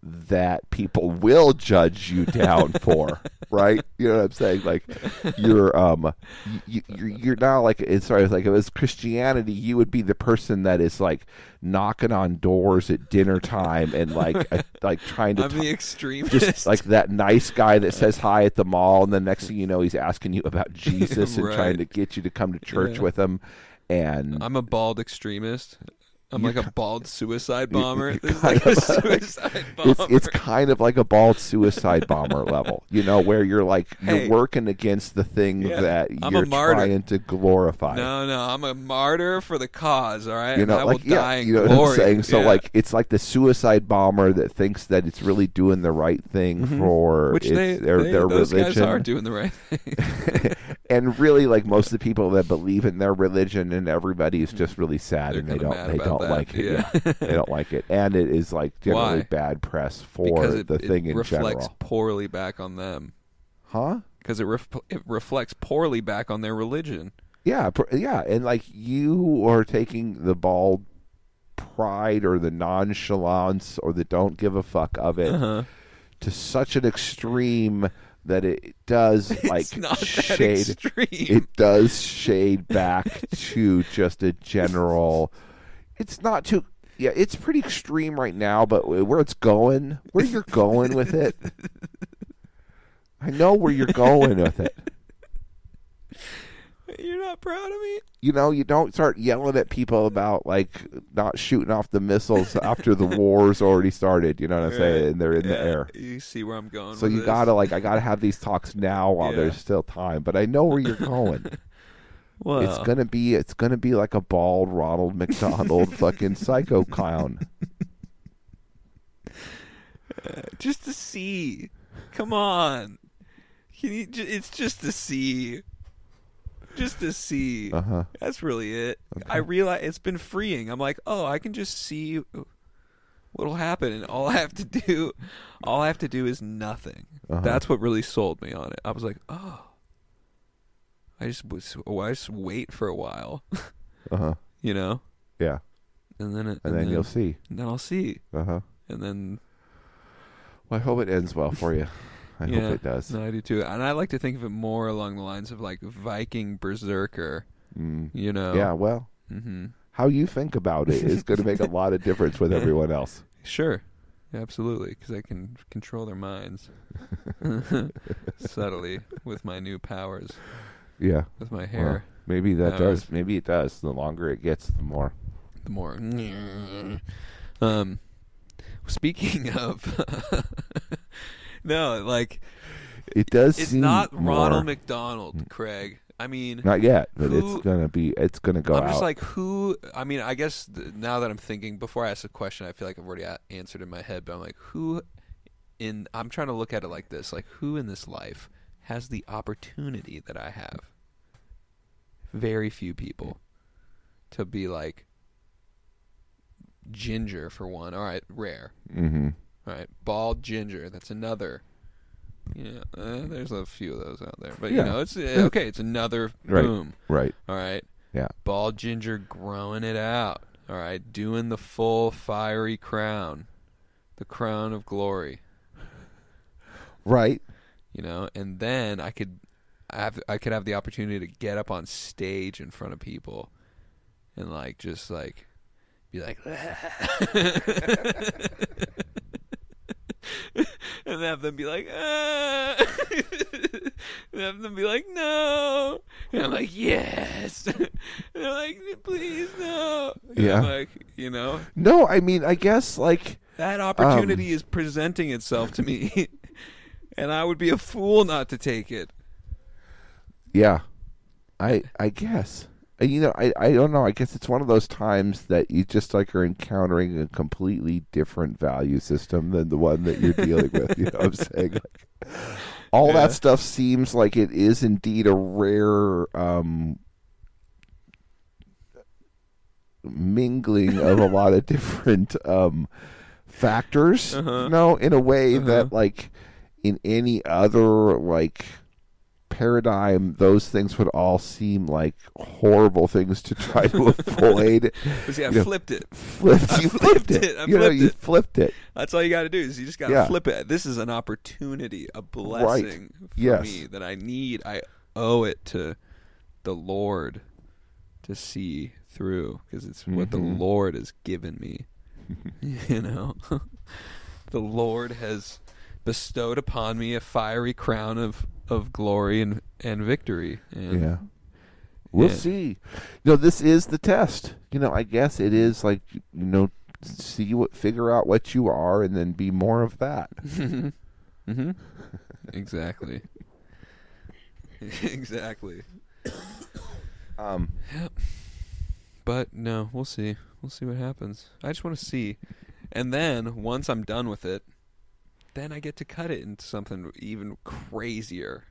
that people will judge you down for right you know what i'm saying like you're um you, you're, you're now like as far as like if it was christianity you would be the person that is like knocking on doors at dinner time and like uh, like trying to
[laughs] I'm
t-
the extremist.
just like that nice guy that
[laughs]
says hi at the mall, and the next thing you know, he's asking you about Jesus and
Right.
trying to get you to come to church
Yeah.
with him.
[laughs]
And
[laughs] I'm a bald extremist. I'm like a bald suicide
[laughs] you-
bomber.
you
This is
kind
[laughs] like a
of like-
suicide bomber.
[laughs] it's it's kind of like a bald suicide bomber level, you know, where you're like
Hey.
you're working against the thing
Yeah.
that
I'm a
you're
martyr.
trying to glorify.
no, no, I'm a martyr for the cause. All right,
You know,
and I
like
will
yeah,
die in
you know
glory.
what I'm saying. So
Yeah.
like, it's like the suicide bomber that thinks that it's really doing the right thing for
Mm-hmm. which
its-
they,
their
they-
their
those
religion.
guys are doing
[laughs]
the right thing.
and really like most of the people that believe in their religion and everybody is just really sad
They're
and they
kinda
don't
mad
they
about
don't
that,
like it
yeah.
yeah. they don't like it and it is
[laughs]
like generally
Why?
bad press for
because it,
the
it
thing in
reflects
general
poorly back on them.
huh
Because it, ref- it reflects poorly back on their religion.
yeah pr- yeah and like you are taking the bald pride or the nonchalance or the don't give a fuck of it
Uh-huh.
to such an extreme that it does like
[laughs] it's not that
shade
extreme.
it does shade back to just a general. It's not too. Yeah, it's pretty extreme right now, but where it's going, where you're going with it, I know where you're going with it.
You're not proud of me.
You know, you don't start yelling at people about like not shooting off the missiles after the war's already started. You know what I'm saying? And they're in the air.
You see where I'm going.
So
with
you
this.
gotta like, I gotta have these talks now while
Yeah.
there's still time. But I know where you're going.
Well,
It's gonna be it's gonna be like a bald Ronald
[laughs]
McDonald fucking psycho clown.
just to see. Come on. Can you? ju- It's just to see. Just to see.
Uh-huh.
That's really it. I realize it's been freeing. I'm like, oh, I can just see what'll happen, and all I have to do, all I have to do is nothing.
Uh-huh.
That's what really sold me on it. I was like, oh, I just was, oh, I just wait for a while,
Uh-huh.
[laughs] you know,
Yeah.
and then it,
And then you'll see.
and then I'll see,
Uh-huh.
and then
Well, I hope it ends well for you. I
Yeah.
hope it does.
No, I do too. And I like to think of it more along the lines of like Viking berserker. You know.
Mm. Yeah, well,
hmm
how you think about it is going to make a lot of difference
[laughs]
with everyone else.
Sure. Yeah, absolutely, because I can control
[laughs]
their minds subtly with my new powers,
Yeah.
with my
well,
hair.
maybe that
No,
does.
it's-
Maybe it does. The longer it gets, the more.
the more. [laughs] Um, speaking of, [laughs] no, like
It does.
it's
seem
not
more-
Ronald McDonald, Craig. I mean,
Not yet, but
Who-
it's gonna be. It's gonna go
I'm
out.
just like, who? I mean, I guess th- now that I'm thinking, before I ask the question, I feel like I've already a- answered in my head, but I'm like, who in, I'm trying to look at it like this like, who in this life has the opportunity that I have? Very few people to be like, ginger for one. All right, rare.
hmm
All right, bald ginger. That's another. Yeah, uh, there's a few of those out there, but you
Yeah. [laughs]
know, it's uh, okay. It's another
Right.
boom.
Right.
All right.
Yeah.
Bald ginger growing it out. All right. Doing the full fiery crown. The crown of glory.
Right.
You know, and then I could I have I could have the opportunity to get up on stage in front of people and like just like be like [laughs] and have them be like [laughs] ah. and have them be like no and I'm like yes [laughs] and they're like please no And I'm
Yeah.
like you know
No, I mean, I guess like
that opportunity is presenting itself to me [laughs] and I would be a fool not to take it
yeah. I I guess. Uh, You know, I, I don't know. I guess it's one of those times that you just like are encountering a completely different value system than the one that you're dealing with. You know what I'm saying? Like, all that stuff seems like it is indeed a rare um, mingling of a lot of different um, factors. You know, in a way that like in any other like paradigm, those things would all seem like horrible things to try
[laughs]
to avoid.
But see, I
You know,
flipped it.
Flipped,
I
you
flipped
flipped it.
it. I
you know,
flipped
you
it.
flipped it.
That's all you got to do is you just got to
Yeah.
flip it. This is an opportunity, a blessing for
Yes.
me that I need. I owe it to the Lord to see through because it's what the
Mm-hmm.
Lord has given
[laughs]
me. [laughs] you know, [laughs] the Lord has bestowed upon me a fiery crown of of glory and and victory. And
Yeah. We'll
Yeah.
see. You know, this is the test. You know, I guess it is like you know, see what, figure out what you are, and then be more of
[laughs]
that.
Mm-hmm. Exactly. [laughs] exactly.
Um,
But no, we'll see. We'll see what happens. I just want to see. And then once I'm done with it, then I get to cut it into something even crazier.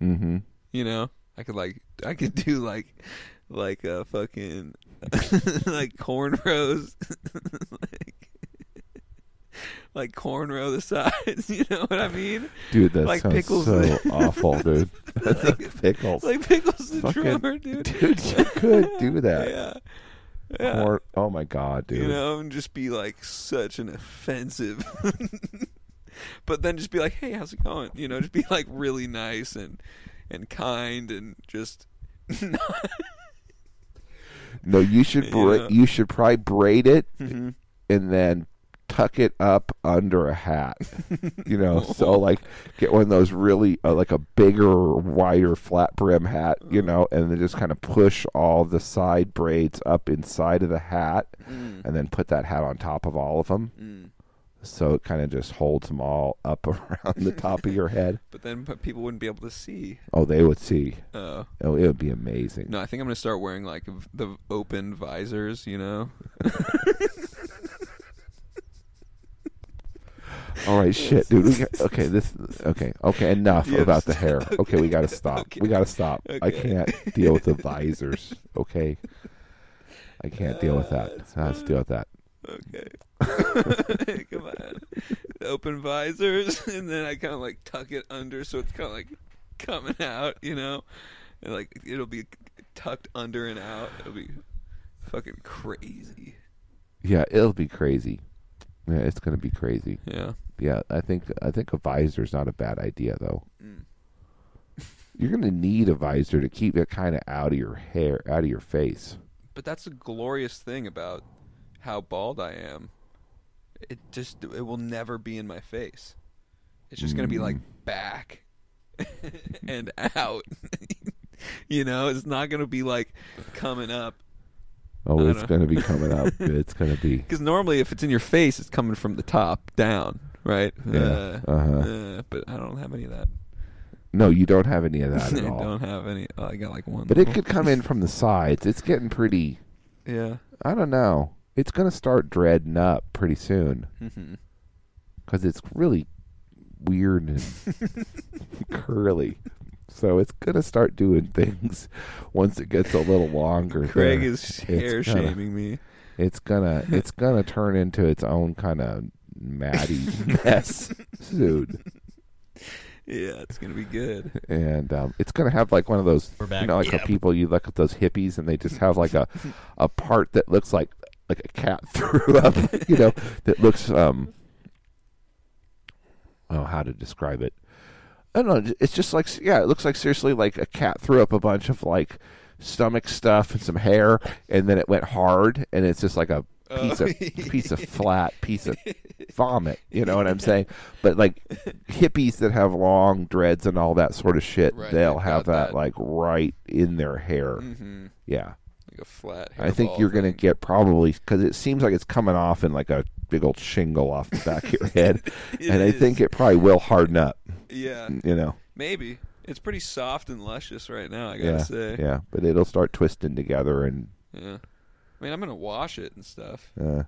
mm-hmm.
You know? I could like I could [laughs] do like like a fucking [laughs] like cornrows [laughs] like like cornrow the [laughs] sides, you know what
[laughs]
I mean?
Dude, that
Like
sounds
pickles
so
[laughs] the-
awful, dude. [laughs]
Like-
pickles.
Like pickles the
Fucking-
drummer, dude.
[laughs]
[laughs]
dude, you could do that.
Yeah. [laughs] Yeah.
Or- oh my god, dude.
you know, and just be like such an offensive. [laughs] but then just be like, "Hey, how's it going?" You know, just be like really nice and and kind and just
No, you should bra-
Yeah.
you should probably braid it and then tuck it up under a hat. [laughs] you know, so like get one of those really uh, like a bigger, wider, flat brim hat. You know, and then just kind of push all the side braids up inside of the hat, and then put that hat on top of all of them. So it kind of just holds them all up [laughs] around the top of your head.
but then p- people wouldn't be able to see.
Oh, they would see.
Oh.
Oh, it would be amazing.
No, I think I'm gonna start wearing like v- the open visors, you know.
All right, shit, dude. We got, okay, this. Okay, okay. Enough
Yes.
about the hair. Okay, we gotta stop.
[laughs] okay,
We gotta stop. I
okay.
can't deal
[laughs]
with the visors. Okay, I can't deal with that. Let's deal with that.
Okay. [laughs] Come on. The open visors, [laughs] and then I kind of like tuck it under, so it's kind of like coming out, you know, and like it'll be tucked under and out. It'll be fucking crazy.
Yeah, it'll be crazy. Yeah, it's going to be crazy.
Yeah.
Yeah, I think I think a visor's not a bad idea though.
Mm.
You're going to need a visor to keep it kind of out of your hair, out of your face.
But that's the glorious thing about how bald I am. It just it will never be in my face. It's just gonna be like back [laughs] and out. [laughs] you know, it's not gonna be like coming up.
Oh,
I
it's
know.
going to be coming
[laughs]
up. it's going to be.
Because normally, if it's in your face, it's coming from the top down, right?
Yeah,
Uh,
uh-huh.
uh, but I don't have any of that.
No, you don't have any of
[laughs] I
that at all.
don't have any. Oh, I got like one.
But it could come in from the sides. It's getting pretty.
[laughs] Yeah.
I don't know. It's going to start dreading up pretty
[laughs]
soon
hmm
because it's really weird and
[laughs]
curly. So it's going to start doing things [laughs] once it gets a little longer.
Craig
there.
is hair
kinda-
shaming me.
It's gonna it's gonna turn into its own kind
[laughs]
of matty mess soon,
Yeah, it's gonna be good.
and um, it's gonna have like one of those
We're back.
you know like the people you look at those hippies and they just have like
[laughs]
a a part that looks like like a cat [laughs] threw up, you know, that looks um. Oh, how to describe it? I don't know. It's just like yeah, it looks like seriously like a cat threw up a bunch of like stomach stuff and some hair, and then it went hard, and it's just like a piece
Oh. [laughs]
of piece of flat piece of vomit. You know what I'm saying? But like hippies that have long dreads and all that sort of shit,
Right,
they'll
they've
have
got
that,
that.
like right in their hair.
hmm
Yeah,
Like a flat.
[laughs] I think
hairball
you're gonna
thing.
get probably because it seems like it's coming off in like a big old shingle off the back of
[laughs]
your head,
It
and I
is.
think it probably will harden up.
Yeah,
You know.
maybe it's pretty soft and luscious right now. I gotta
Yeah,
say.
yeah, but it'll start twisting together, and
Yeah. I mean, I'm gonna wash it and stuff,
uh,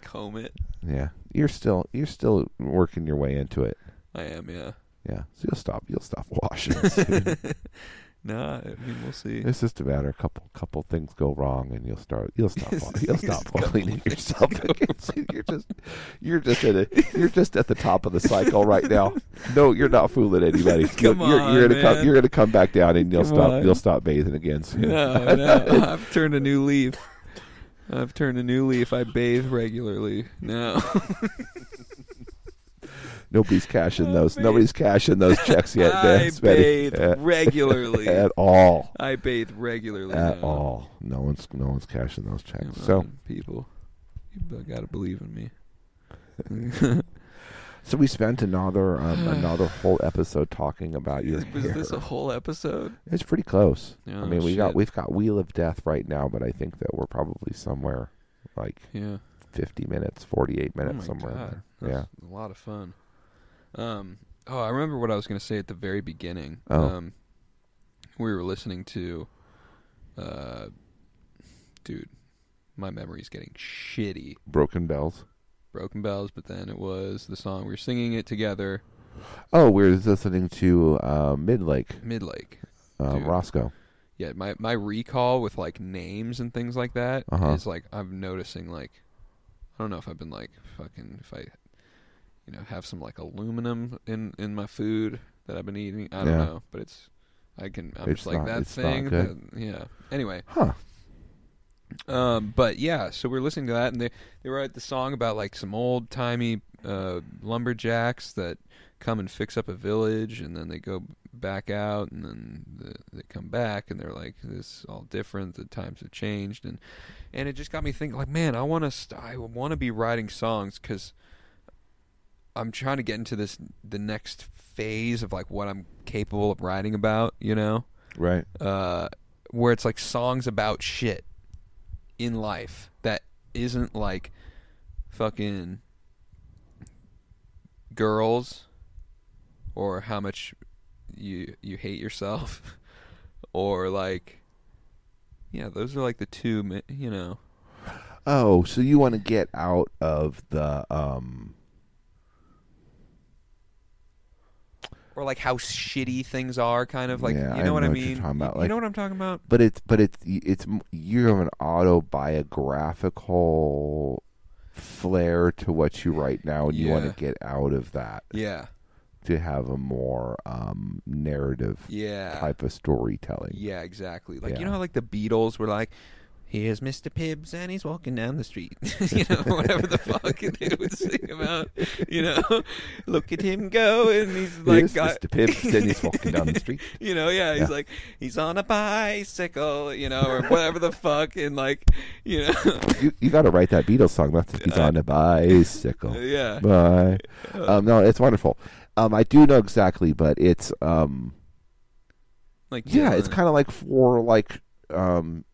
comb it.
yeah, you're still you're still working your way into it.
I am, yeah.
Yeah, so you'll stop you'll stop washing. soon.
Nah, I mean, we'll see.
it's just a matter a couple couple things go wrong, and you'll start
[laughs]
you'll stop wa- you'll
Just
stop
couple
cleaning
things [laughs]
yourself. It's- [laughs] you're just you're just at a, you're just at the top of the cycle right
[laughs]
now. No, you're not fooling anybody.
Come
you're, you're,
on,
gonna come
man.
you're gonna come back down, and you'll
Come
stop
on.
you'll stop bathing again soon. [laughs]
No, no, I've turned a new leaf. I've turned a new leaf. I bathe regularly now.
Nobody's cashing
I
those.
bathe.
Nobody's cashing those checks
[laughs]
yet.
Oh, I
Dan Smitty.
bathe
Uh, [laughs]
regularly.
at all.
I bathe regularly
At
now.
all. No one's no one's cashing those
Come
checks. So
on, people, you gotta believe in me.
so we spent another
[sighs]
um, another whole episode talking about your
Was
hair.
this a whole episode?
It's pretty close. I
Oh,
mean, we got
shit.
we've got Wheel of Death right now, but I think that we're probably somewhere like
Yeah.
50 minutes, 48 minutes
oh my
somewhere. in
God.
there. Yeah.
That's a lot of fun. Um, oh, I remember what I was going to say at the very beginning.
Oh.
Um, we were listening to, uh, dude, my memory's getting shitty.
Broken Bells.
Broken Bells, but then it was the song we were singing it together,
Oh, we're listening to uh, Midlake,
Midlake.
um,
Dude.
Roscoe.
Yeah, my my recall with like names and things like that is
Uh-huh.
like I'm noticing like I don't know if I've been like fucking if I you know have some like aluminum in in my food that I've been eating. I don't
Yeah.
know, but it's I can I'm
It's
just like
not-
that
it's not
thing.
good.
that- yeah. Anyway,
Huh.
um, but yeah, so we're listening to that, and they they write the song about like some old timey uh, lumberjacks that come and fix up a village, and then they go back out, and then the, they come back, and they're like, "This is all different. The times have changed," and and it just got me thinking, like, man, I want to st- I want to be writing songs because I'm trying to get into this the next phase of like what I'm capable of writing about, you know
Right.
uh, where it's like songs about shit in life that isn't like fucking girls or how much you you hate yourself [laughs] or like yeah those are like the two mi- you know
Oh, so you want to get out of the um
or like how shitty things are kind of like
Yeah,
you
I
know what
know
I
what you're
mean
talking about,
You- you
like-
know what I'm talking about
but it's but it's it's you have an autobiographical flair to what you write now and you want
Yeah.
to get out of that
yeah
to have a more um narrative
yeah
type of storytelling.
Yeah, exactly. Like
Yeah.
you know how like the Beatles were like, here's Mr. Pibbs and he's walking down the street. [laughs] you know, whatever the fuck [laughs] they would sing about. You know, look at him go and he's like,
Here's
got-
Mr.
[laughs]
Pibbs and he's walking down the street.
you know, yeah, he's like, he's on a bicycle, you know, or whatever the fuck, and like, you know, [laughs]
You, you got to write that Beatles song. That's he's on a bicycle.
[laughs] yeah.
Bye. Um, no, it's wonderful. Um, I do know exactly, but it's um,
like
yeah,
Dylan.
it's kind of like for like um,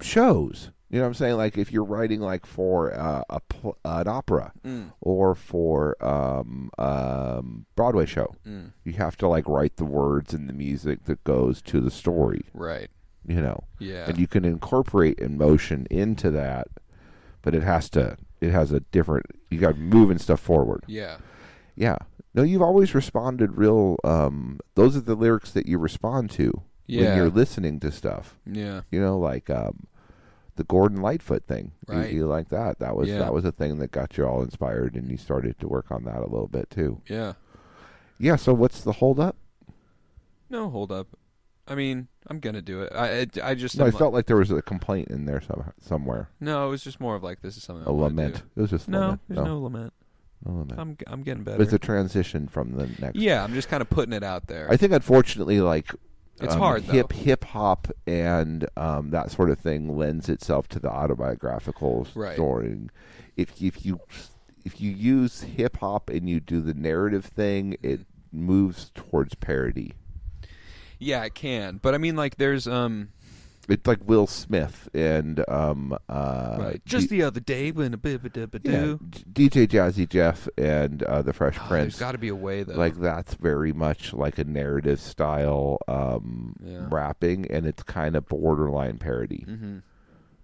shows. You know what I'm saying? Like if you're writing like for uh, a pl- an opera
Mm.
or for um, um, Broadway show,
Mm.
you have to like write the words and the music that goes to the story.
right.
You know,
Yeah,
and you can incorporate emotion into that, but it has to. It has a different. You got moving stuff forward.
yeah,
Yeah. No, you've always responded real. Um, those are the lyrics that you respond to
Yeah.
when you're listening to stuff.
yeah,
You know, like um, the Gordon Lightfoot thing. You-
Right.
You, like that? That was
Yeah.
that was a thing that got you all inspired, and you started to work on that a little bit too.
yeah.
Yeah. So what's the holdup?
No, hold up. I mean, I'm gonna do it. I, I, I just
No, I
am like-
felt like there was a complaint in there some, somewhere.
no. It was just more of like this is something I
A
wanna
lament.
do.
It was just
No,
lament.
there's no, lament.
no lament.
I'm I'm getting better.
But it's a transition from the next.
yeah, I'm just kind of putting it out there.
I think unfortunately, like
It's
um,
hard, though.
Hip hip hop and um, that sort of thing lends itself to the autobiographical
Right.
story. If if you if you use hip hop and you do the narrative thing,
Mm-hmm.
it moves towards parody.
yeah, I can. But I mean, like, there's um.
It's like Will Smith and um uh
right. Just the other day when a bit bit bit
yeah,
do.
D- DJ Jazzy Jeff and uh, the Fresh
Oh, There's
Prince.
got to be a way though.
like that's very much like a narrative style um,
Yeah.
rapping, and it's kind of borderline parody.
Mhm.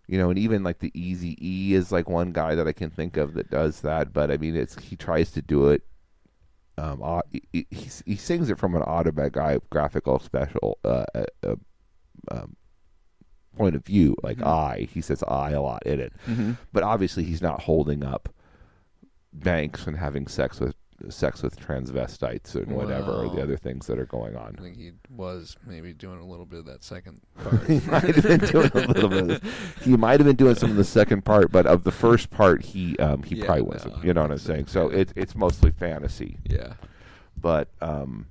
You know, and even like the Easy E is like one guy that I can think of that does that, but I mean, it's he tries to do it. Um, au- he, he, he sings it from an autobiographical special uh, uh, uh, um, point of view. Like I, he says I a lot in it, but obviously he's not holding up banks and having sex with sex with transvestites and whatever or the
Wow.
other things that are going
I
on. [laughs]
think he was maybe doing a little bit of that second part.
[laughs] He might have been doing a little bit. Of this. He might have been doing some of the second part, but of the first part, he um, he
Yeah,
probably
no,
wasn't.
I
you know what I'm
think so,
saying? So
yeah.
it, it's mostly fantasy,
yeah,
but um,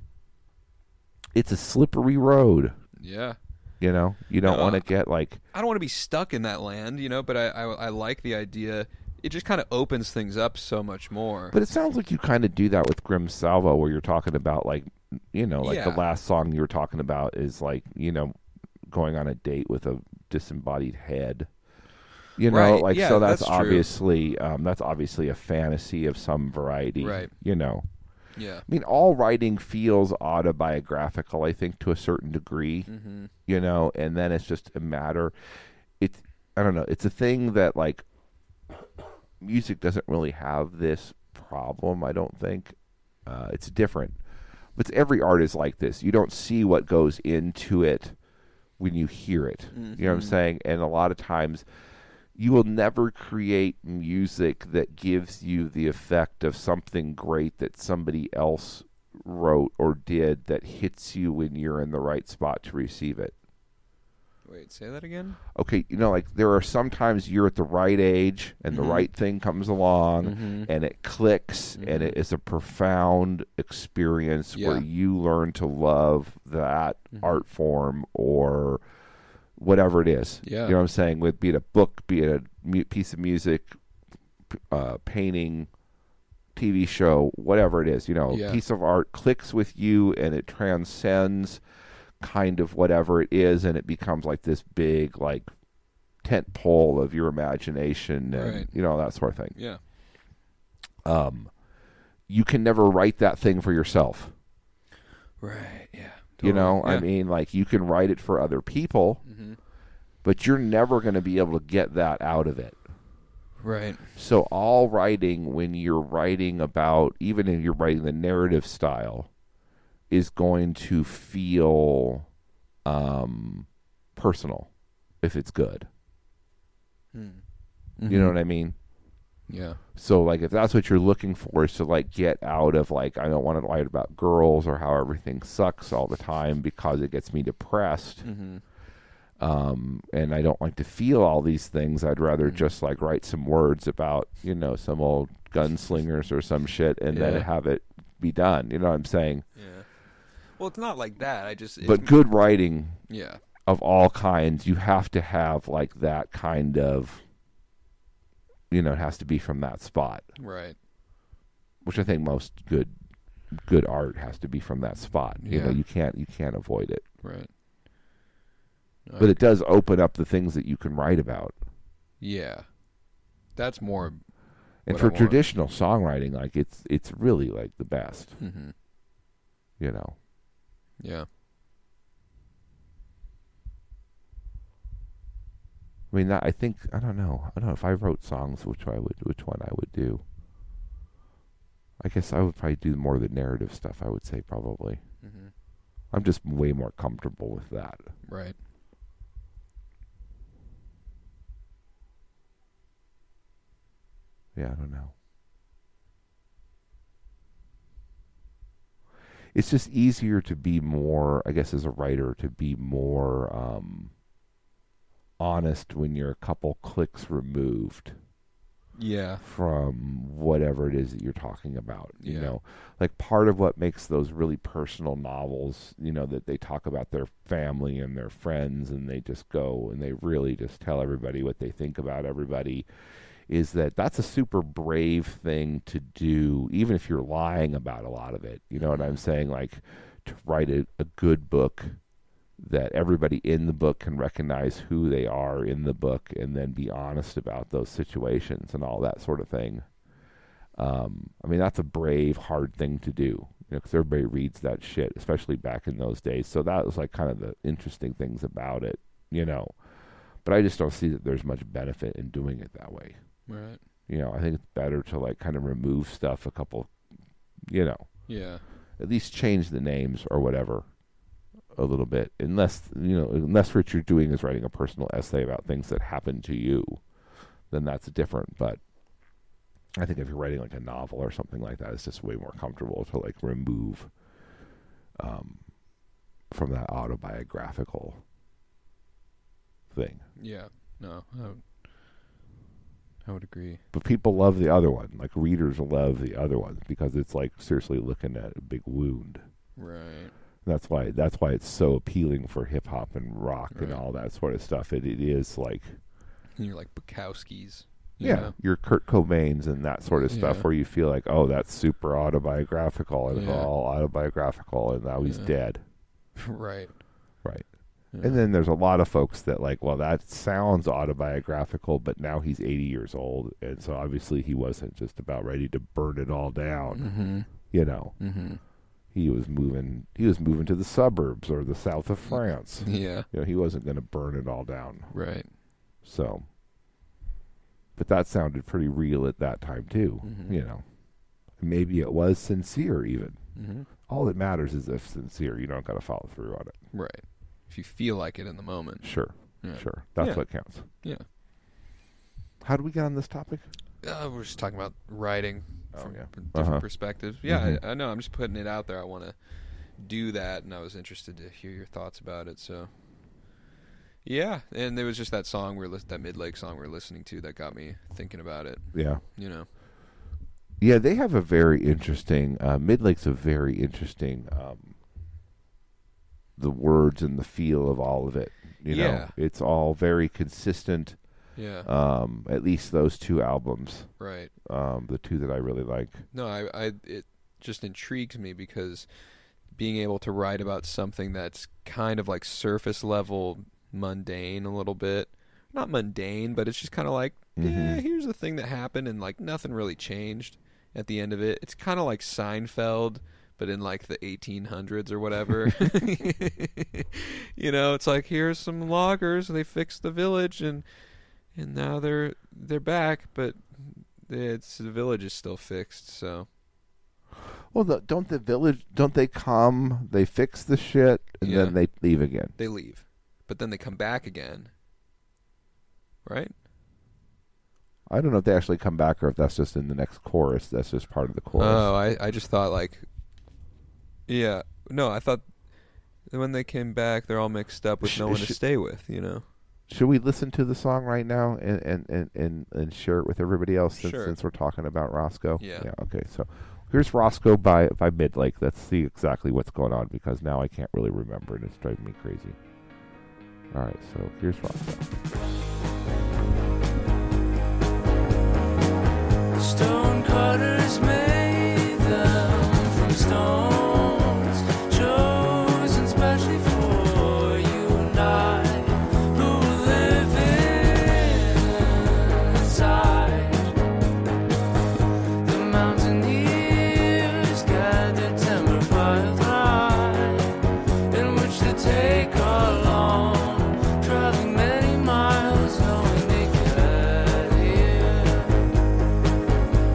it's a slippery road.
yeah.
You know, you don't
No,
want
I-
to get like
I don't want to be stuck in that land, you know. But I, I, I like the idea. It just kind of opens things up so much more.
But it sounds like you kind of do that with Grim Salvo, where you're talking about like, you know, like the
Yeah.
last song you were talking about is like, you know, going on a date with a disembodied head. You know,
Right.
like
Yeah,
so that's,
that's true.
obviously um, that's obviously a fantasy of some variety.
Right.
You know,
yeah,
I mean, all writing feels autobiographical, I think, to a certain degree, you know, and then it's just a matter. It's, I don't know, it's a thing that, like, music doesn't really have this problem, I don't think. Uh, it's different. But every art is like this. You don't see what goes into it when you hear it. You know what I'm saying? And a lot of times, you will never create music that gives you the effect of something great that somebody else wrote or did that hits you when you're in the right spot to receive it.
Wait, say that again.
Okay, you know, like there are sometimes you're at the right age and
Mm-hmm.
the right thing comes along and it clicks and it is a profound experience where
Mm-hmm. Yeah. Mm-hmm.
you learn to love that art form or whatever it is.
Yeah.
You know what I'm saying? With be it a book, be it a mu- piece of music, p- uh, painting, TV show, whatever it is, you know, a
Yeah.
piece of art clicks with you and it transcends kind of whatever it is and it becomes like this big like tent pole of your imagination and
Right.
you know that sort of thing.
Yeah,
You can never write that thing for yourself.
right. Yeah,
You know, I
Yeah. Mm-hmm.
mean, like you can write it for other people, but you're never going to be able to get that out of it.
right.
So all writing, when you're writing about, even if you're writing the narrative style, is going to feel um, personal if it's good. You know what I mean?
Yeah,
So like if that's what you're looking for is to like get out of like I don't want to write about girls or how everything sucks all the time because it gets me depressed. um, and I don't like to feel all these things. I'd rather just like write some words about you know some old gunslingers or some shit, and
Yeah.
then have it be done. You know what I'm saying?
Yeah. Well, it's not like that. I just. It's,
But good writing
yeah.
of all kinds, you have to have like that kind of. You know, it has to be from that spot,
Right.
which I think most good good art has to be from that spot. You know,
Yeah.
you can't you can't avoid it.
Right.
But it does open up the things that you can write about.
Yeah. That's more.
And
what I
for
want.
traditional songwriting, like it's it's really like the best,
hmm
you know.
Yeah.
I mean, that, I think I don't know. I don't know if I wrote songs, which I would, which one I would do. I guess I would probably do more of the narrative stuff. I would say probably.
hmm
I'm just way more comfortable with that.
Right.
Yeah, I don't know. It's just easier to be more, I guess, as a writer, to be more um, honest when you're a couple clicks removed
Yeah.
from whatever it is that you're talking about you
Yeah.
know like part of what makes those really personal novels you know that they talk about their family and their friends and they just go and they really just tell everybody what they think about everybody is that that's a super brave thing to do even if you're lying about a lot of it you know what i'm saying like to write a, a good book that everybody in the book can recognize who they are in the book and then be honest about those situations and all that sort of thing. Um, I mean, that's a brave, hard thing to do, you know, because everybody reads that shit, especially back in those days. So that was like kind of the interesting things about it, you know. But I just don't see that there's much benefit in doing it that way.
Right.
You know, I think it's better to like kind of remove stuff a couple, you know,
Yeah.
at least change the names or whatever a little bit unless you know unless what you're doing is writing a personal essay about things that happened to you then that's different but i think if you're writing like a novel or something like that it's just way more comfortable to like remove um, from that autobiographical thing
Yeah. No. I would, I would agree.
but people love the other one like readers love the other one because it's like seriously looking at a big wound
Right.
That's why that's why it's so appealing for hip hop and rock and
Right.
all that sort of stuff. It it is like
And you're like Bukowski's. you
yeah,
know? [laughs]
your Kurt Cobains and that sort of stuff
Yeah.
where you feel like, oh, that's super autobiographical and
Yeah.
all autobiographical and now he's
Yeah.
dead.
right.
Right.
Yeah.
And then there's a lot of folks that like, well, that sounds autobiographical, but now he's 80 years old, and so obviously he wasn't just about ready to burn it all down.
Mm-hmm.
You know,
Mm-hmm.
he was moving. He was moving to the suburbs or the south
Mm.
of France.
Yeah.
you know, he wasn't going to burn it all down.
Right.
So, but that sounded pretty real at that time too.
Mhm.
You know, maybe it was sincere. Even
Mm-hmm.
all that matters is if sincere. You don't got to follow through on it.
Right. If you feel like it in the moment.
Sure,
Yeah.
sure. That's
Yeah.
what counts.
Yeah.
How do we get on this topic?
Uh, we're just talking about writing
Oh,
from
yeah.
p- different
Uh-huh.
perspectives. Yeah, I, I know. I'm just putting it out there. I want to do that, and I was interested to hear your thoughts about it. So, yeah, and there was just that song we are lis- that Midlake song we are listening to that got me thinking about it.
Yeah,
You know,
yeah. They have a very interesting. Uh, Midlake's a very interesting. Um, the words and the feel of all of it. You know,
Yeah.
it's all very consistent.
yeah,
Um, at least those two albums.
right.
um, the two that I really like.
No, I, I, it just intrigues me because being able to write about something that's kind of like surface level mundane a little bit. Not mundane, but it's just kind of like, yeah,
Mhm.
here's the thing that happened, and like nothing really changed at the end of it. It's kind of like Seinfeld, but in like the 1800s or whatever. [laughs] you know, it's like here's some loggers, they fixed the village, and and now they're they're back, but it's the village is still fixed. So
Well, the, don't the village? Don't they come? They fix the shit, and
Yeah.
then they leave again.
they leave, but then they come back again, right?
I don't know if they actually come back or if that's just in the next chorus. That's just part of the chorus.
Oh, I, I just thought like, yeah, no, I thought when they came back, they're all mixed up with
Sh-
no one
sh-
to stay with. You know.
Should we listen to the song right now and and, and, and, and share it with everybody else since,
Sure.
since we're talking about Roscoe?
Yeah.
Okay. So here's Roscoe by by Midlake. Let's see exactly what's going on because now I can't really remember and it's driving me crazy. All right. So here's Roscoe.
Stone cutters made them from stones, chosen specially for you and I, who live inside. The mountaineers gather timber by the ride, in which they take along, traveling many miles, knowing they get here.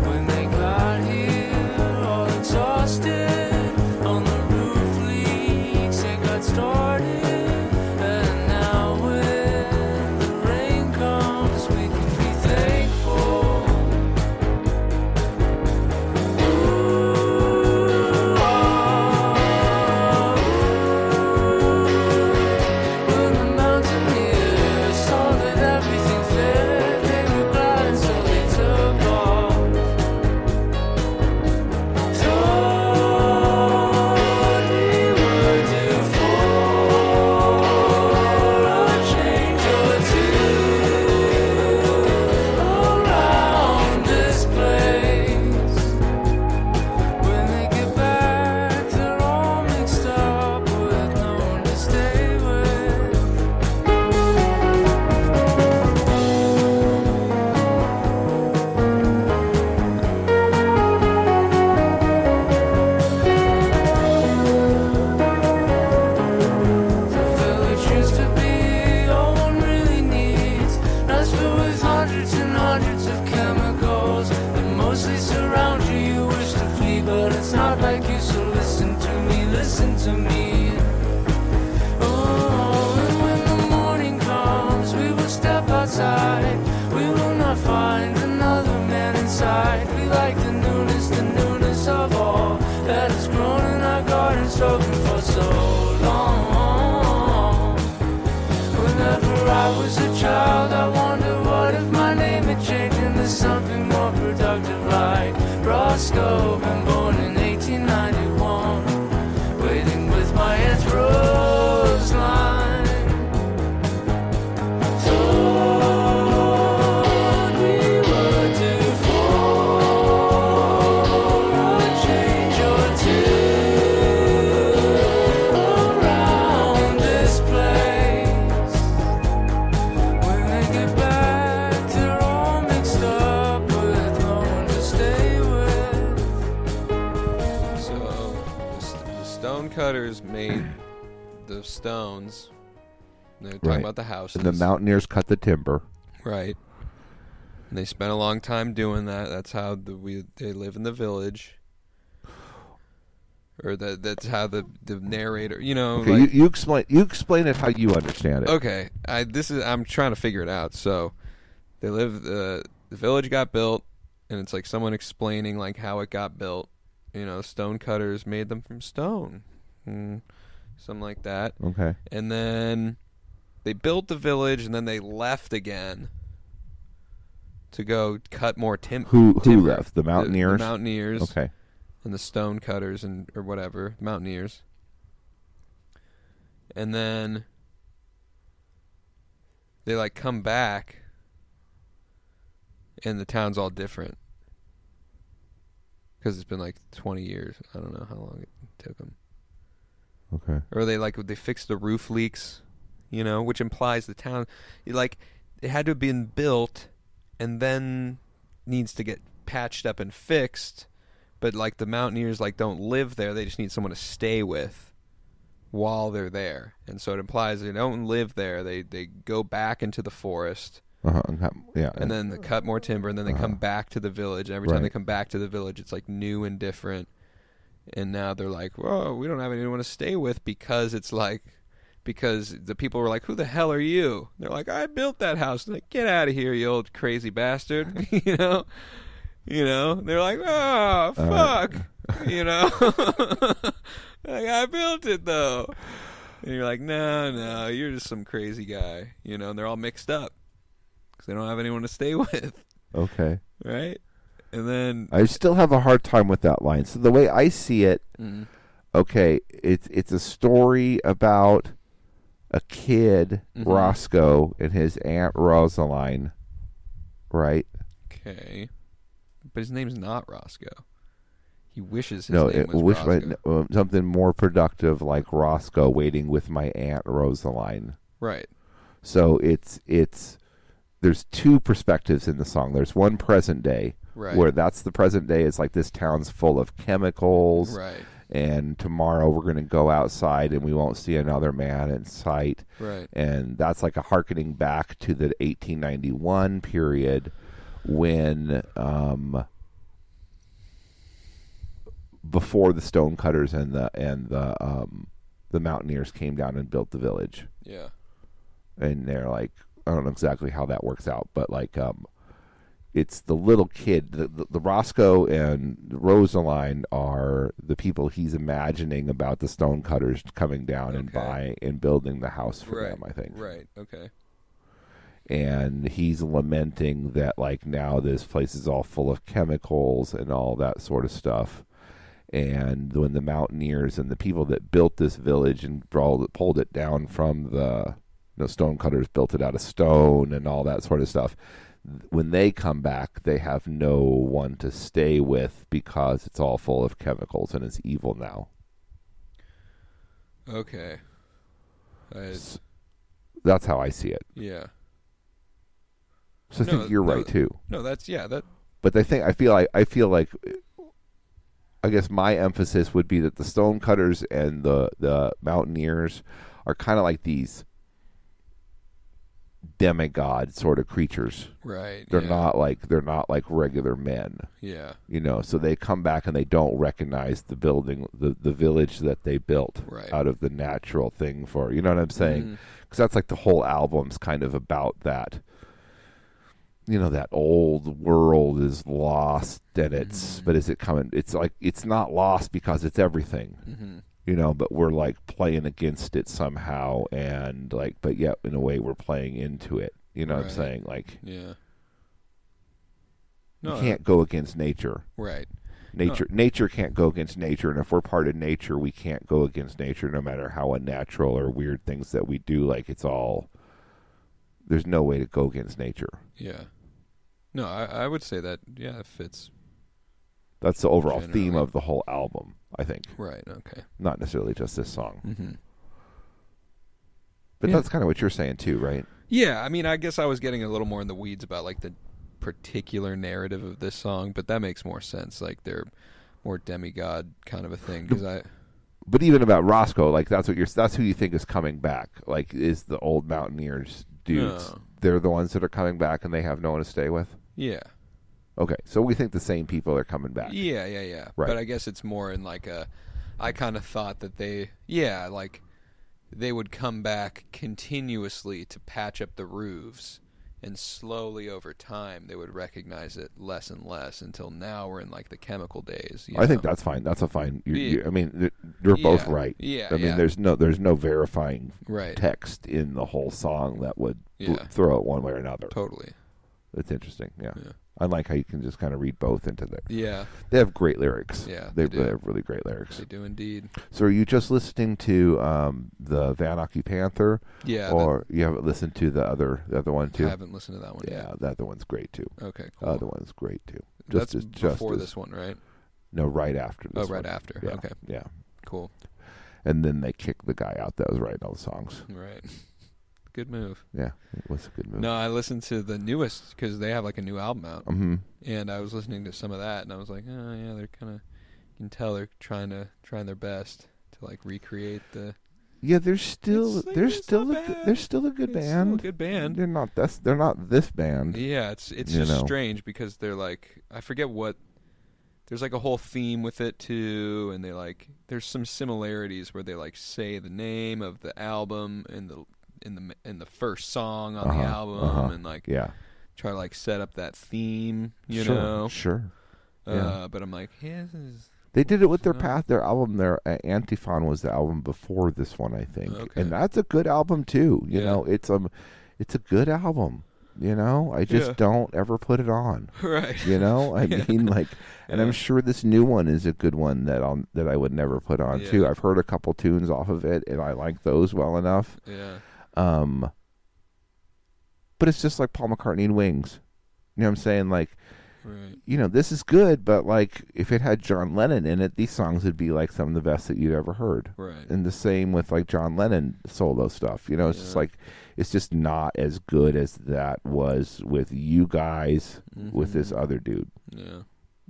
When they got here, all exhausted, on the roof leaks, it got started. And now when the rain comes, we can be thankful. Ooh, ah. When the mountaineers saw that everything failed, they were glad, so they took off. Thought we were due for a change or two around this place. When they get back, they're all mixed up with no one to stay with. village used to be all one really needs. That's filled with hundreds and hundreds of chemicals that mostly surround you. You wish to flee, but it's not like you. So listen to me, listen to me. Oh, and when the morning comes, we will step outside. We will not find another man inside. We like the newness, the newness of all that has grown in our garden, soaking for so long. Whenever I was a child, I wonder what if my name had changed into something more productive, like Roscoe. Been born in 1891 waiting with my aunt's rose line. Thought we were due for a change or two around this place. When they get back, they're all mixed up with no one to stay with.
So the, st- the stone cutters made the stones. and They were talking
Right.
about the houses.
The mountaineers cut the timber.
Right. And they spent a long time doing that. That's how the we they live in the village. Or that that's how the the narrator, you know,
Okay.
like
you, you explain. You explain it how you understand it.
okay, I this is I'm trying to figure it out. So they live the the village got built and it's like someone explaining like how it got built. You know, stone cutters made them from stone. Mm, something like that
Okay.
and then they built the village and then they left again to go cut more tim-
Who who
timber.
left? The
The-
mountaineers.
the mountaineers
Okay.
and the stone cutters and or whatever mountaineers and then they like come back and the town's all different because it's been like 20 years i don't know how long it took them
Okay.
or they like they fixed the roof leaks, you know, which implies the town like it had to have been built and then needs to get patched up and fixed, but like the mountaineers like don't live there, they just need someone to stay with while they're there. And so it implies they don't live there. They they go back into the forest
Uh-huh. okay, Yeah.
and then they cut more timber and then they come back to the village. Every time
Right.
they come back to the village, it's like new and different. And now they're like, "Whoa, we don't have anyone to stay with because it's like because the people were like, "Who the hell are you?" They're like, "I built that house." They're like, "Get out of here, you old crazy bastard!" [laughs] you know, you know. They're like, "Oh, [laughs] fuck," you know. like I built it though. and you're like, no, no, you're just some crazy guy, you know. And they're all mixed up because they don't have anyone to stay [laughs] with,
Okay.
right? And then
I still have a hard time with that line. So the way I see it,
Mm.
okay, it's it's a story about a kid,
Mm-hmm.
Roscoe, and his aunt Rosaline, right?
okay, but his name's not Roscoe. He wishes his
no,
name
it,
was
wish my,
Roscoe.
um, something more productive like Roscoe waiting with my aunt Rosaline.
Right.
So it's it's there's two perspectives in the song. There's one present day
Right.
where that's the present day is like this town's full of chemicals
Right.
and tomorrow we're going to go outside and we won't see another man in sight
Right.
and that's like a harkening back to the 1891 period when um before the stonecutters and the and the um the mountaineers came down and built the village
Yeah.
and they're like I don't know exactly how that works out, but like um it's the little kid the, the, the Roscoe and Rosaline are the people he's imagining about the stonecutters coming down and
Okay.
buying and building the house for
Right.
them, I think.
Right. Okay.
And he's lamenting that like now this place is all full of chemicals and all that sort of stuff. And when the mountaineers and the people that built this village and brawled, pulled it down from the you know, stonecutters built it out of stone and all that sort of stuff. When they come back, they have no one to stay with because it's all full of chemicals and it's evil now.
Okay. I,
S- That's how I see it.
yeah.
So I
No,
think you're
no.
right too.
No, that's yeah. That
But I think I feel like I feel like I guess my emphasis would be that the stonecutters and the the mountaineers are kind of like these demigod sort of creatures.
right.
They're
yeah,
not like they're not like regular men.
Yeah.
you know so they come back and they don't recognize the building the, the village that they built
Right. Mm-hmm.
out of the natural thing for you know what i'm saying because that's like the whole album's kind of about that you know that old world is lost and it's
Mm-hmm.
but is it coming it's like it's not lost because it's everything
Mm-hmm.
you know but we're like playing against it somehow and like but yet in a way we're playing into it you know what i'm
Right.
saying like
Yeah.
you
No.
can't go against nature
Right.
Nature nature can't go against nature, and if we're part of nature, we can't go against nature, no matter how unnatural or weird things that we do. Like it's all there's no way to go against nature.
Yeah. No, I, I would say that yeah it fits.
That's the overall theme
Generally.
of the whole album, I think.
Right. Okay.
Not necessarily just this song,
Mm-hmm.
but
Yeah.
that's kind of what you're saying too, right?
Yeah. I mean, I guess I was getting a little more in the weeds about like the particular narrative of this song, but that makes more sense. Like they're more demigod kind of a thing because I
But even about Roscoe, like that's what you're that's who you think is coming back. Like is the old mountaineers dudes.
No.
They're the ones that are coming back, and they have no one to stay with.
yeah
Okay, so we think the same people are coming back.
yeah yeah yeah.
Right.
But I guess it's more in like a I kind of thought that they yeah like they would come back continuously to patch up the roofs and slowly over time they would recognize it less and less until now we're in like the chemical days you
I think
know?
that's fine. That's a fine. You,
Yeah.
you, I mean, th- you're both
Yeah.
right.
Yeah,
I mean,
yeah.
there's no there's no verifying
right
text in the whole song that would bl-
Yeah.
throw it one way or another.
totally
It's interesting. Yeah.
Yeah.
I like how you can just kind of read both into there.
yeah
They have great lyrics.
Yeah,
they,
they do.
they have really great lyrics.
they do indeed
So, are you just listening to um, the Van Aki Panther,
yeah
or you haven't listened to the other the other one
I
too?
haven't listened to that one
yeah, that other one's great too.
yet okay
Uh, The
cool
Other one's great too.
that's
Just as just
before
as-
this one right
No, right after
oh
this.
right
one.
after
Yeah,
okay
Yeah.
cool
and then they kicked the guy out that was writing all the songs.
right [laughs] good move
Yeah, it was a good movie.
No, I listened to the newest because they have like a new album out,
hmm
and I was listening to some of that, and I was like, oh yeah, they're kind of, you can tell they're trying to trying their best to like recreate the
Yeah, there's still
It's like,
there's
it's
still a
not
good,
bad.
there's still a good
It's still a
band.
good band.
They're not that's they're not this band.
yeah. It's it's
You
just
know.
strange because they're like I forget what there's like a whole theme with it too, and they like there's some similarities where they like say the name of the album and the in the in the first song on
Uh-huh,
the album
uh-huh.
and like
Yeah,
try to like set up that theme, you
sure,
know.
sure.
Uh,
Yeah.
but I'm like, yeah, this is [laughs]
They did it with their path. Their album, their uh, Antiphon, was the album before this one, I think,
Okay.
and that's a good album too. You
Yeah.
know, it's um, it's a good album. You know, I just
Yeah.
don't ever put it on.
Right.
You
[laughs]
know, I mean, like, and I'm sure this new one is a good one that I'll that I would never put on
Yeah.
too. I've heard a couple tunes off of it, and I like those well enough.
Yeah.
Um, but it's just like Paul McCartney and Wings. You know what I'm saying? Like,
Right.
you know, this is good, but like if it had John Lennon in it, these songs would be like some of the best that you'd ever heard.
Right.
And the same with like John Lennon solo stuff. You know, it's just
Yeah.
like it's just not as good as that was with you guys with this other dude.
Yeah.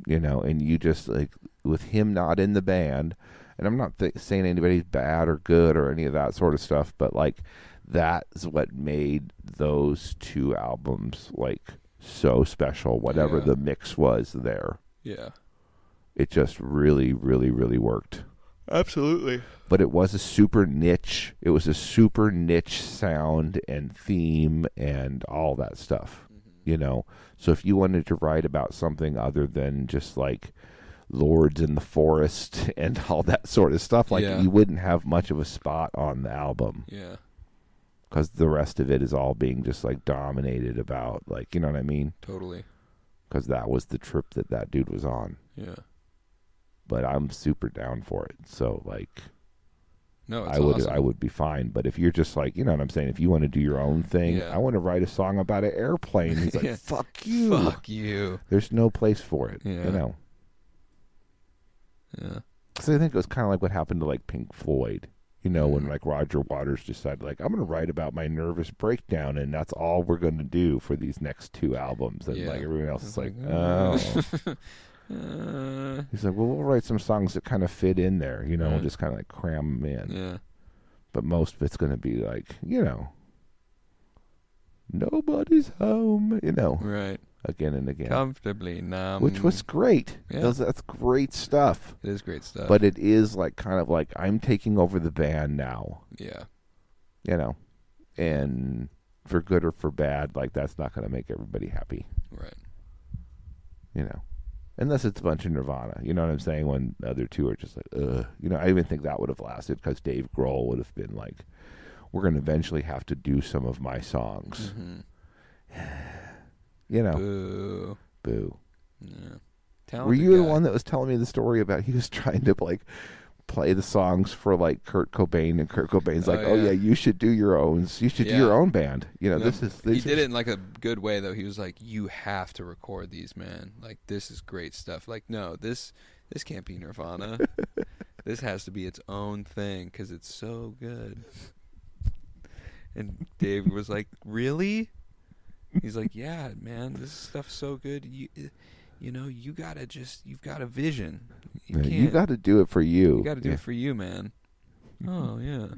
You know, and you just like with him not in the band. And I'm not th- saying anybody's bad or good or any of that sort of stuff, but like that's what made those two albums like so special. Whatever
Yeah.
the mix was there
Yeah.
it just really really really worked
Absolutely.
but it was a super niche it was a super niche sound and theme and all that stuff you know so if you wanted to write about something other than just like lords in the forest [laughs] and all that sort of stuff like
Yeah.
you wouldn't have much of a spot on the album
Yeah.
because the rest of it is all being just like dominated about like you know what i mean
Totally.
because that was the trip that that dude was on
Yeah.
but i'm super down for it so like
No, it's
I would
awesome.
I would be fine. But if you're just like you know what I'm saying, if you want to do your own thing,
Yeah.
I want to write a song about an airplane.
[laughs]
He's like,
Yeah.
fuck you.
Fuck you.
There's no place for it.
Yeah.
You know.
Yeah.
Because I think it was kind of like what happened to like Pink Floyd. You know,
Mm.
when like Roger Waters decided like I'm going to write about my nervous breakdown, and that's all we're going to do for these next two albums, and
Yeah.
like everyone else is like,
like,
oh.
Uh,
He's like, well, we'll write some songs that kind of fit in there. You know,
Yeah.
we'll just kind of like cram them in.
yeah.
but most of it's going to be like you know nobody's home you know
Right.
again and again
Comfortably numb.
which was great
yeah. Uh,
Those- that's great stuff
It is great stuff.
but it is like kind of like i'm taking over the band now
yeah.
you know and for good or for bad like that's not going to make everybody happy
Right.
you know unless it's a bunch of nirvana you know what i'm saying when the other two are just like ugh you know i even think that would have lasted because dave grohl would have been like we're going to eventually have to do some of my songs [sighs] you know
Mm-hmm. Boo.
boo
Yeah.
Oh. were
Talented
you the
guy.
one that was telling me the story about he was [laughs] trying to like play the songs for like kurt cobain and kurt cobain's
Oh,
like oh
yeah.
yeah you should do your own you should do
Yeah.
your own band you know
No,
this is
he
this
did
is,
it in like a good way though. He was like, "You have to record these, man. Like this is great stuff. Like no, this this can't
[laughs]
be Nirvana. this has to be its own thing because it's so good." And Dave was like, "Really?" He's like, "Yeah, man. This stuff's so good. You, you know, you gotta just you've got a vision. You
yeah,
can't.
you got to do it for you
You got to do
Yeah.
it for you, man.
[laughs]
Oh yeah.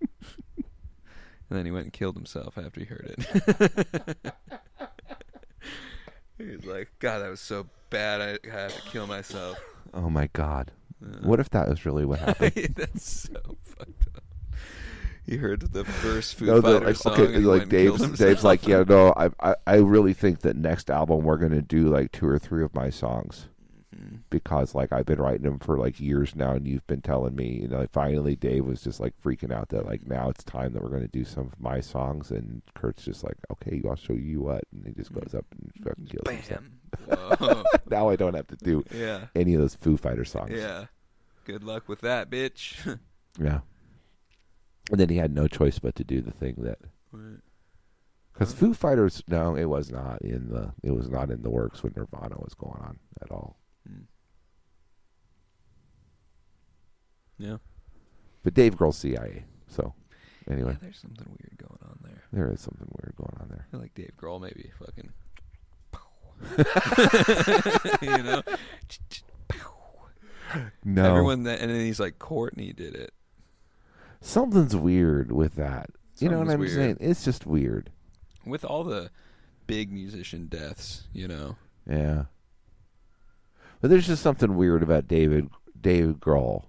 and then he went and killed himself after he heard it.
[laughs]
he was like, "God, that was so bad. I had to
[laughs]
kill myself."
oh my god what if that was really what
[laughs]
happened
That's so fucked up. He heard the first Foo
No, the-
Fighter
like,
song.
okay,
and he
like
went and killed
Dave's,
himself.
Dave's like, yeah, no, I, I, I really think that next album we're gonna do like two or three of my songs
Mm-hmm.
because like I've been writing them for like years now, and you've been telling me, you know, like, finally Dave was just like freaking out that like now it's time that we're gonna do some of my songs, and Kurt's just like, okay, I'll show you what, and he just goes up and fucking kills himself.
[laughs] Mm-hmm. "Bam." Whoa.
Now I don't have to do
yeah,
any of those Foo Fighter songs.
yeah. Good luck with that, bitch. [laughs]
Yeah. And then he had no choice but to do the thing that
Right.
because Foo Fighters. No, it was not in the. It was not in the works when Nirvana was going on at all.
yeah.
But Dave Grohl's CIA. So anyway,
yeah, there's something weird going on there.
there is something weird going on there.
I feel like Dave Grohl maybe fucking. [laughs] you [laughs] know,
No,
everyone that, and then he's like Courtney did it.
something's weird with that. you know what I'm
Something's
saying?
weird.
It's just weird.
With all the big musician deaths, you know.
Yeah. But there's just something weird about David David Grohl.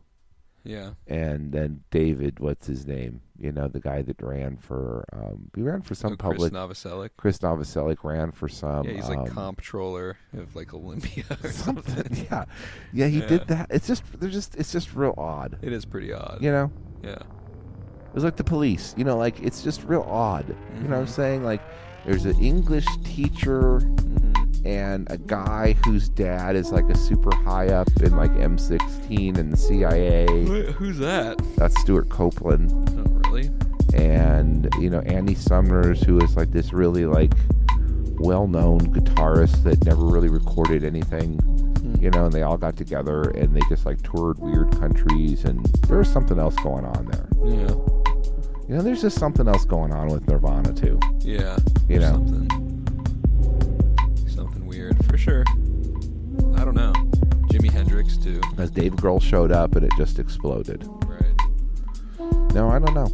Yeah.
and then David, what's his name? You know, the guy that ran for um, he ran for some
Oh, Chris
public.
Novoselic.
Chris Novoselic ran for some.
Yeah, he's like
um,
comptroller of like Olympia or
[laughs]
something.
something. yeah, yeah, he did
Yeah.
that. It's just they're just it's just real odd.
It is pretty odd.
You know,
Yeah.
it was like the police. You know, like it's just real odd. You know what I'm saying? Like there's an English teacher and a guy whose dad is like a super high up in like M16 and the CIA.
Wait, who's that?
That's Stuart Copeland.
Not really.
and you know Andy Summers, who is like this really like well-known guitarist that never really recorded anything, you know, and they all got together and they just like toured weird countries, and there was something else going on there.
Yeah.
You know, there's just something else going on with Nirvana too.
Yeah.
You
Or
know.
Something. Something weird for sure. I don't know. Jimi Hendrix too.
As Dave Grohl showed up and it just exploded.
Right.
No, I don't know.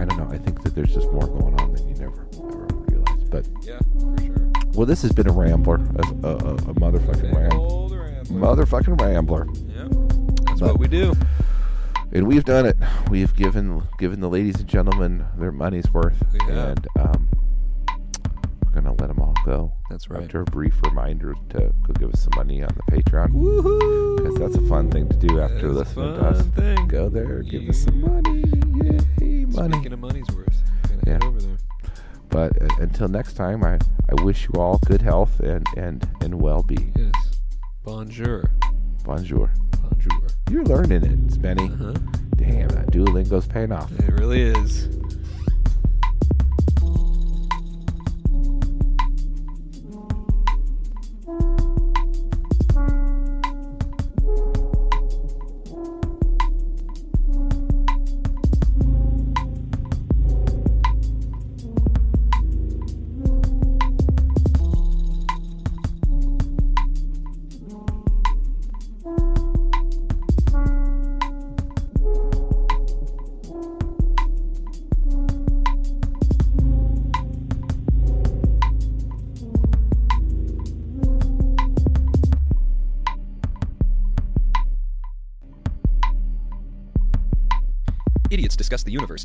I don't know. I think that there's just more going on than you never ever realize. But
Yeah, for sure.
well, this has been a rambler, a, a, a a motherfucking
Big
rambler,
old rambler.
motherfucking rambler.
Yeah. That's what we do.
and we've done it. We have given given the ladies and gentlemen their money's worth,
We have.
and um, we're gonna let them all go.
That's right.
After a brief reminder to go give us some money on the Patreon,
Woohoo!
because that's a fun thing to do
That
after
is a
listening to
fun
us.
thing.
Go there, give us some money, yay, money.
Speaking of money's worth, gotta
Yeah.
head over there.
But uh, until next time, I, I wish you all good health and and and well being.
Yes. Bonjour.
Bonjour.
Bonjour.
You're learning it, Spenny.
Uh-huh.
Damn, that Duolingo's paying off.
It really is.
Idiots Discuss the Universe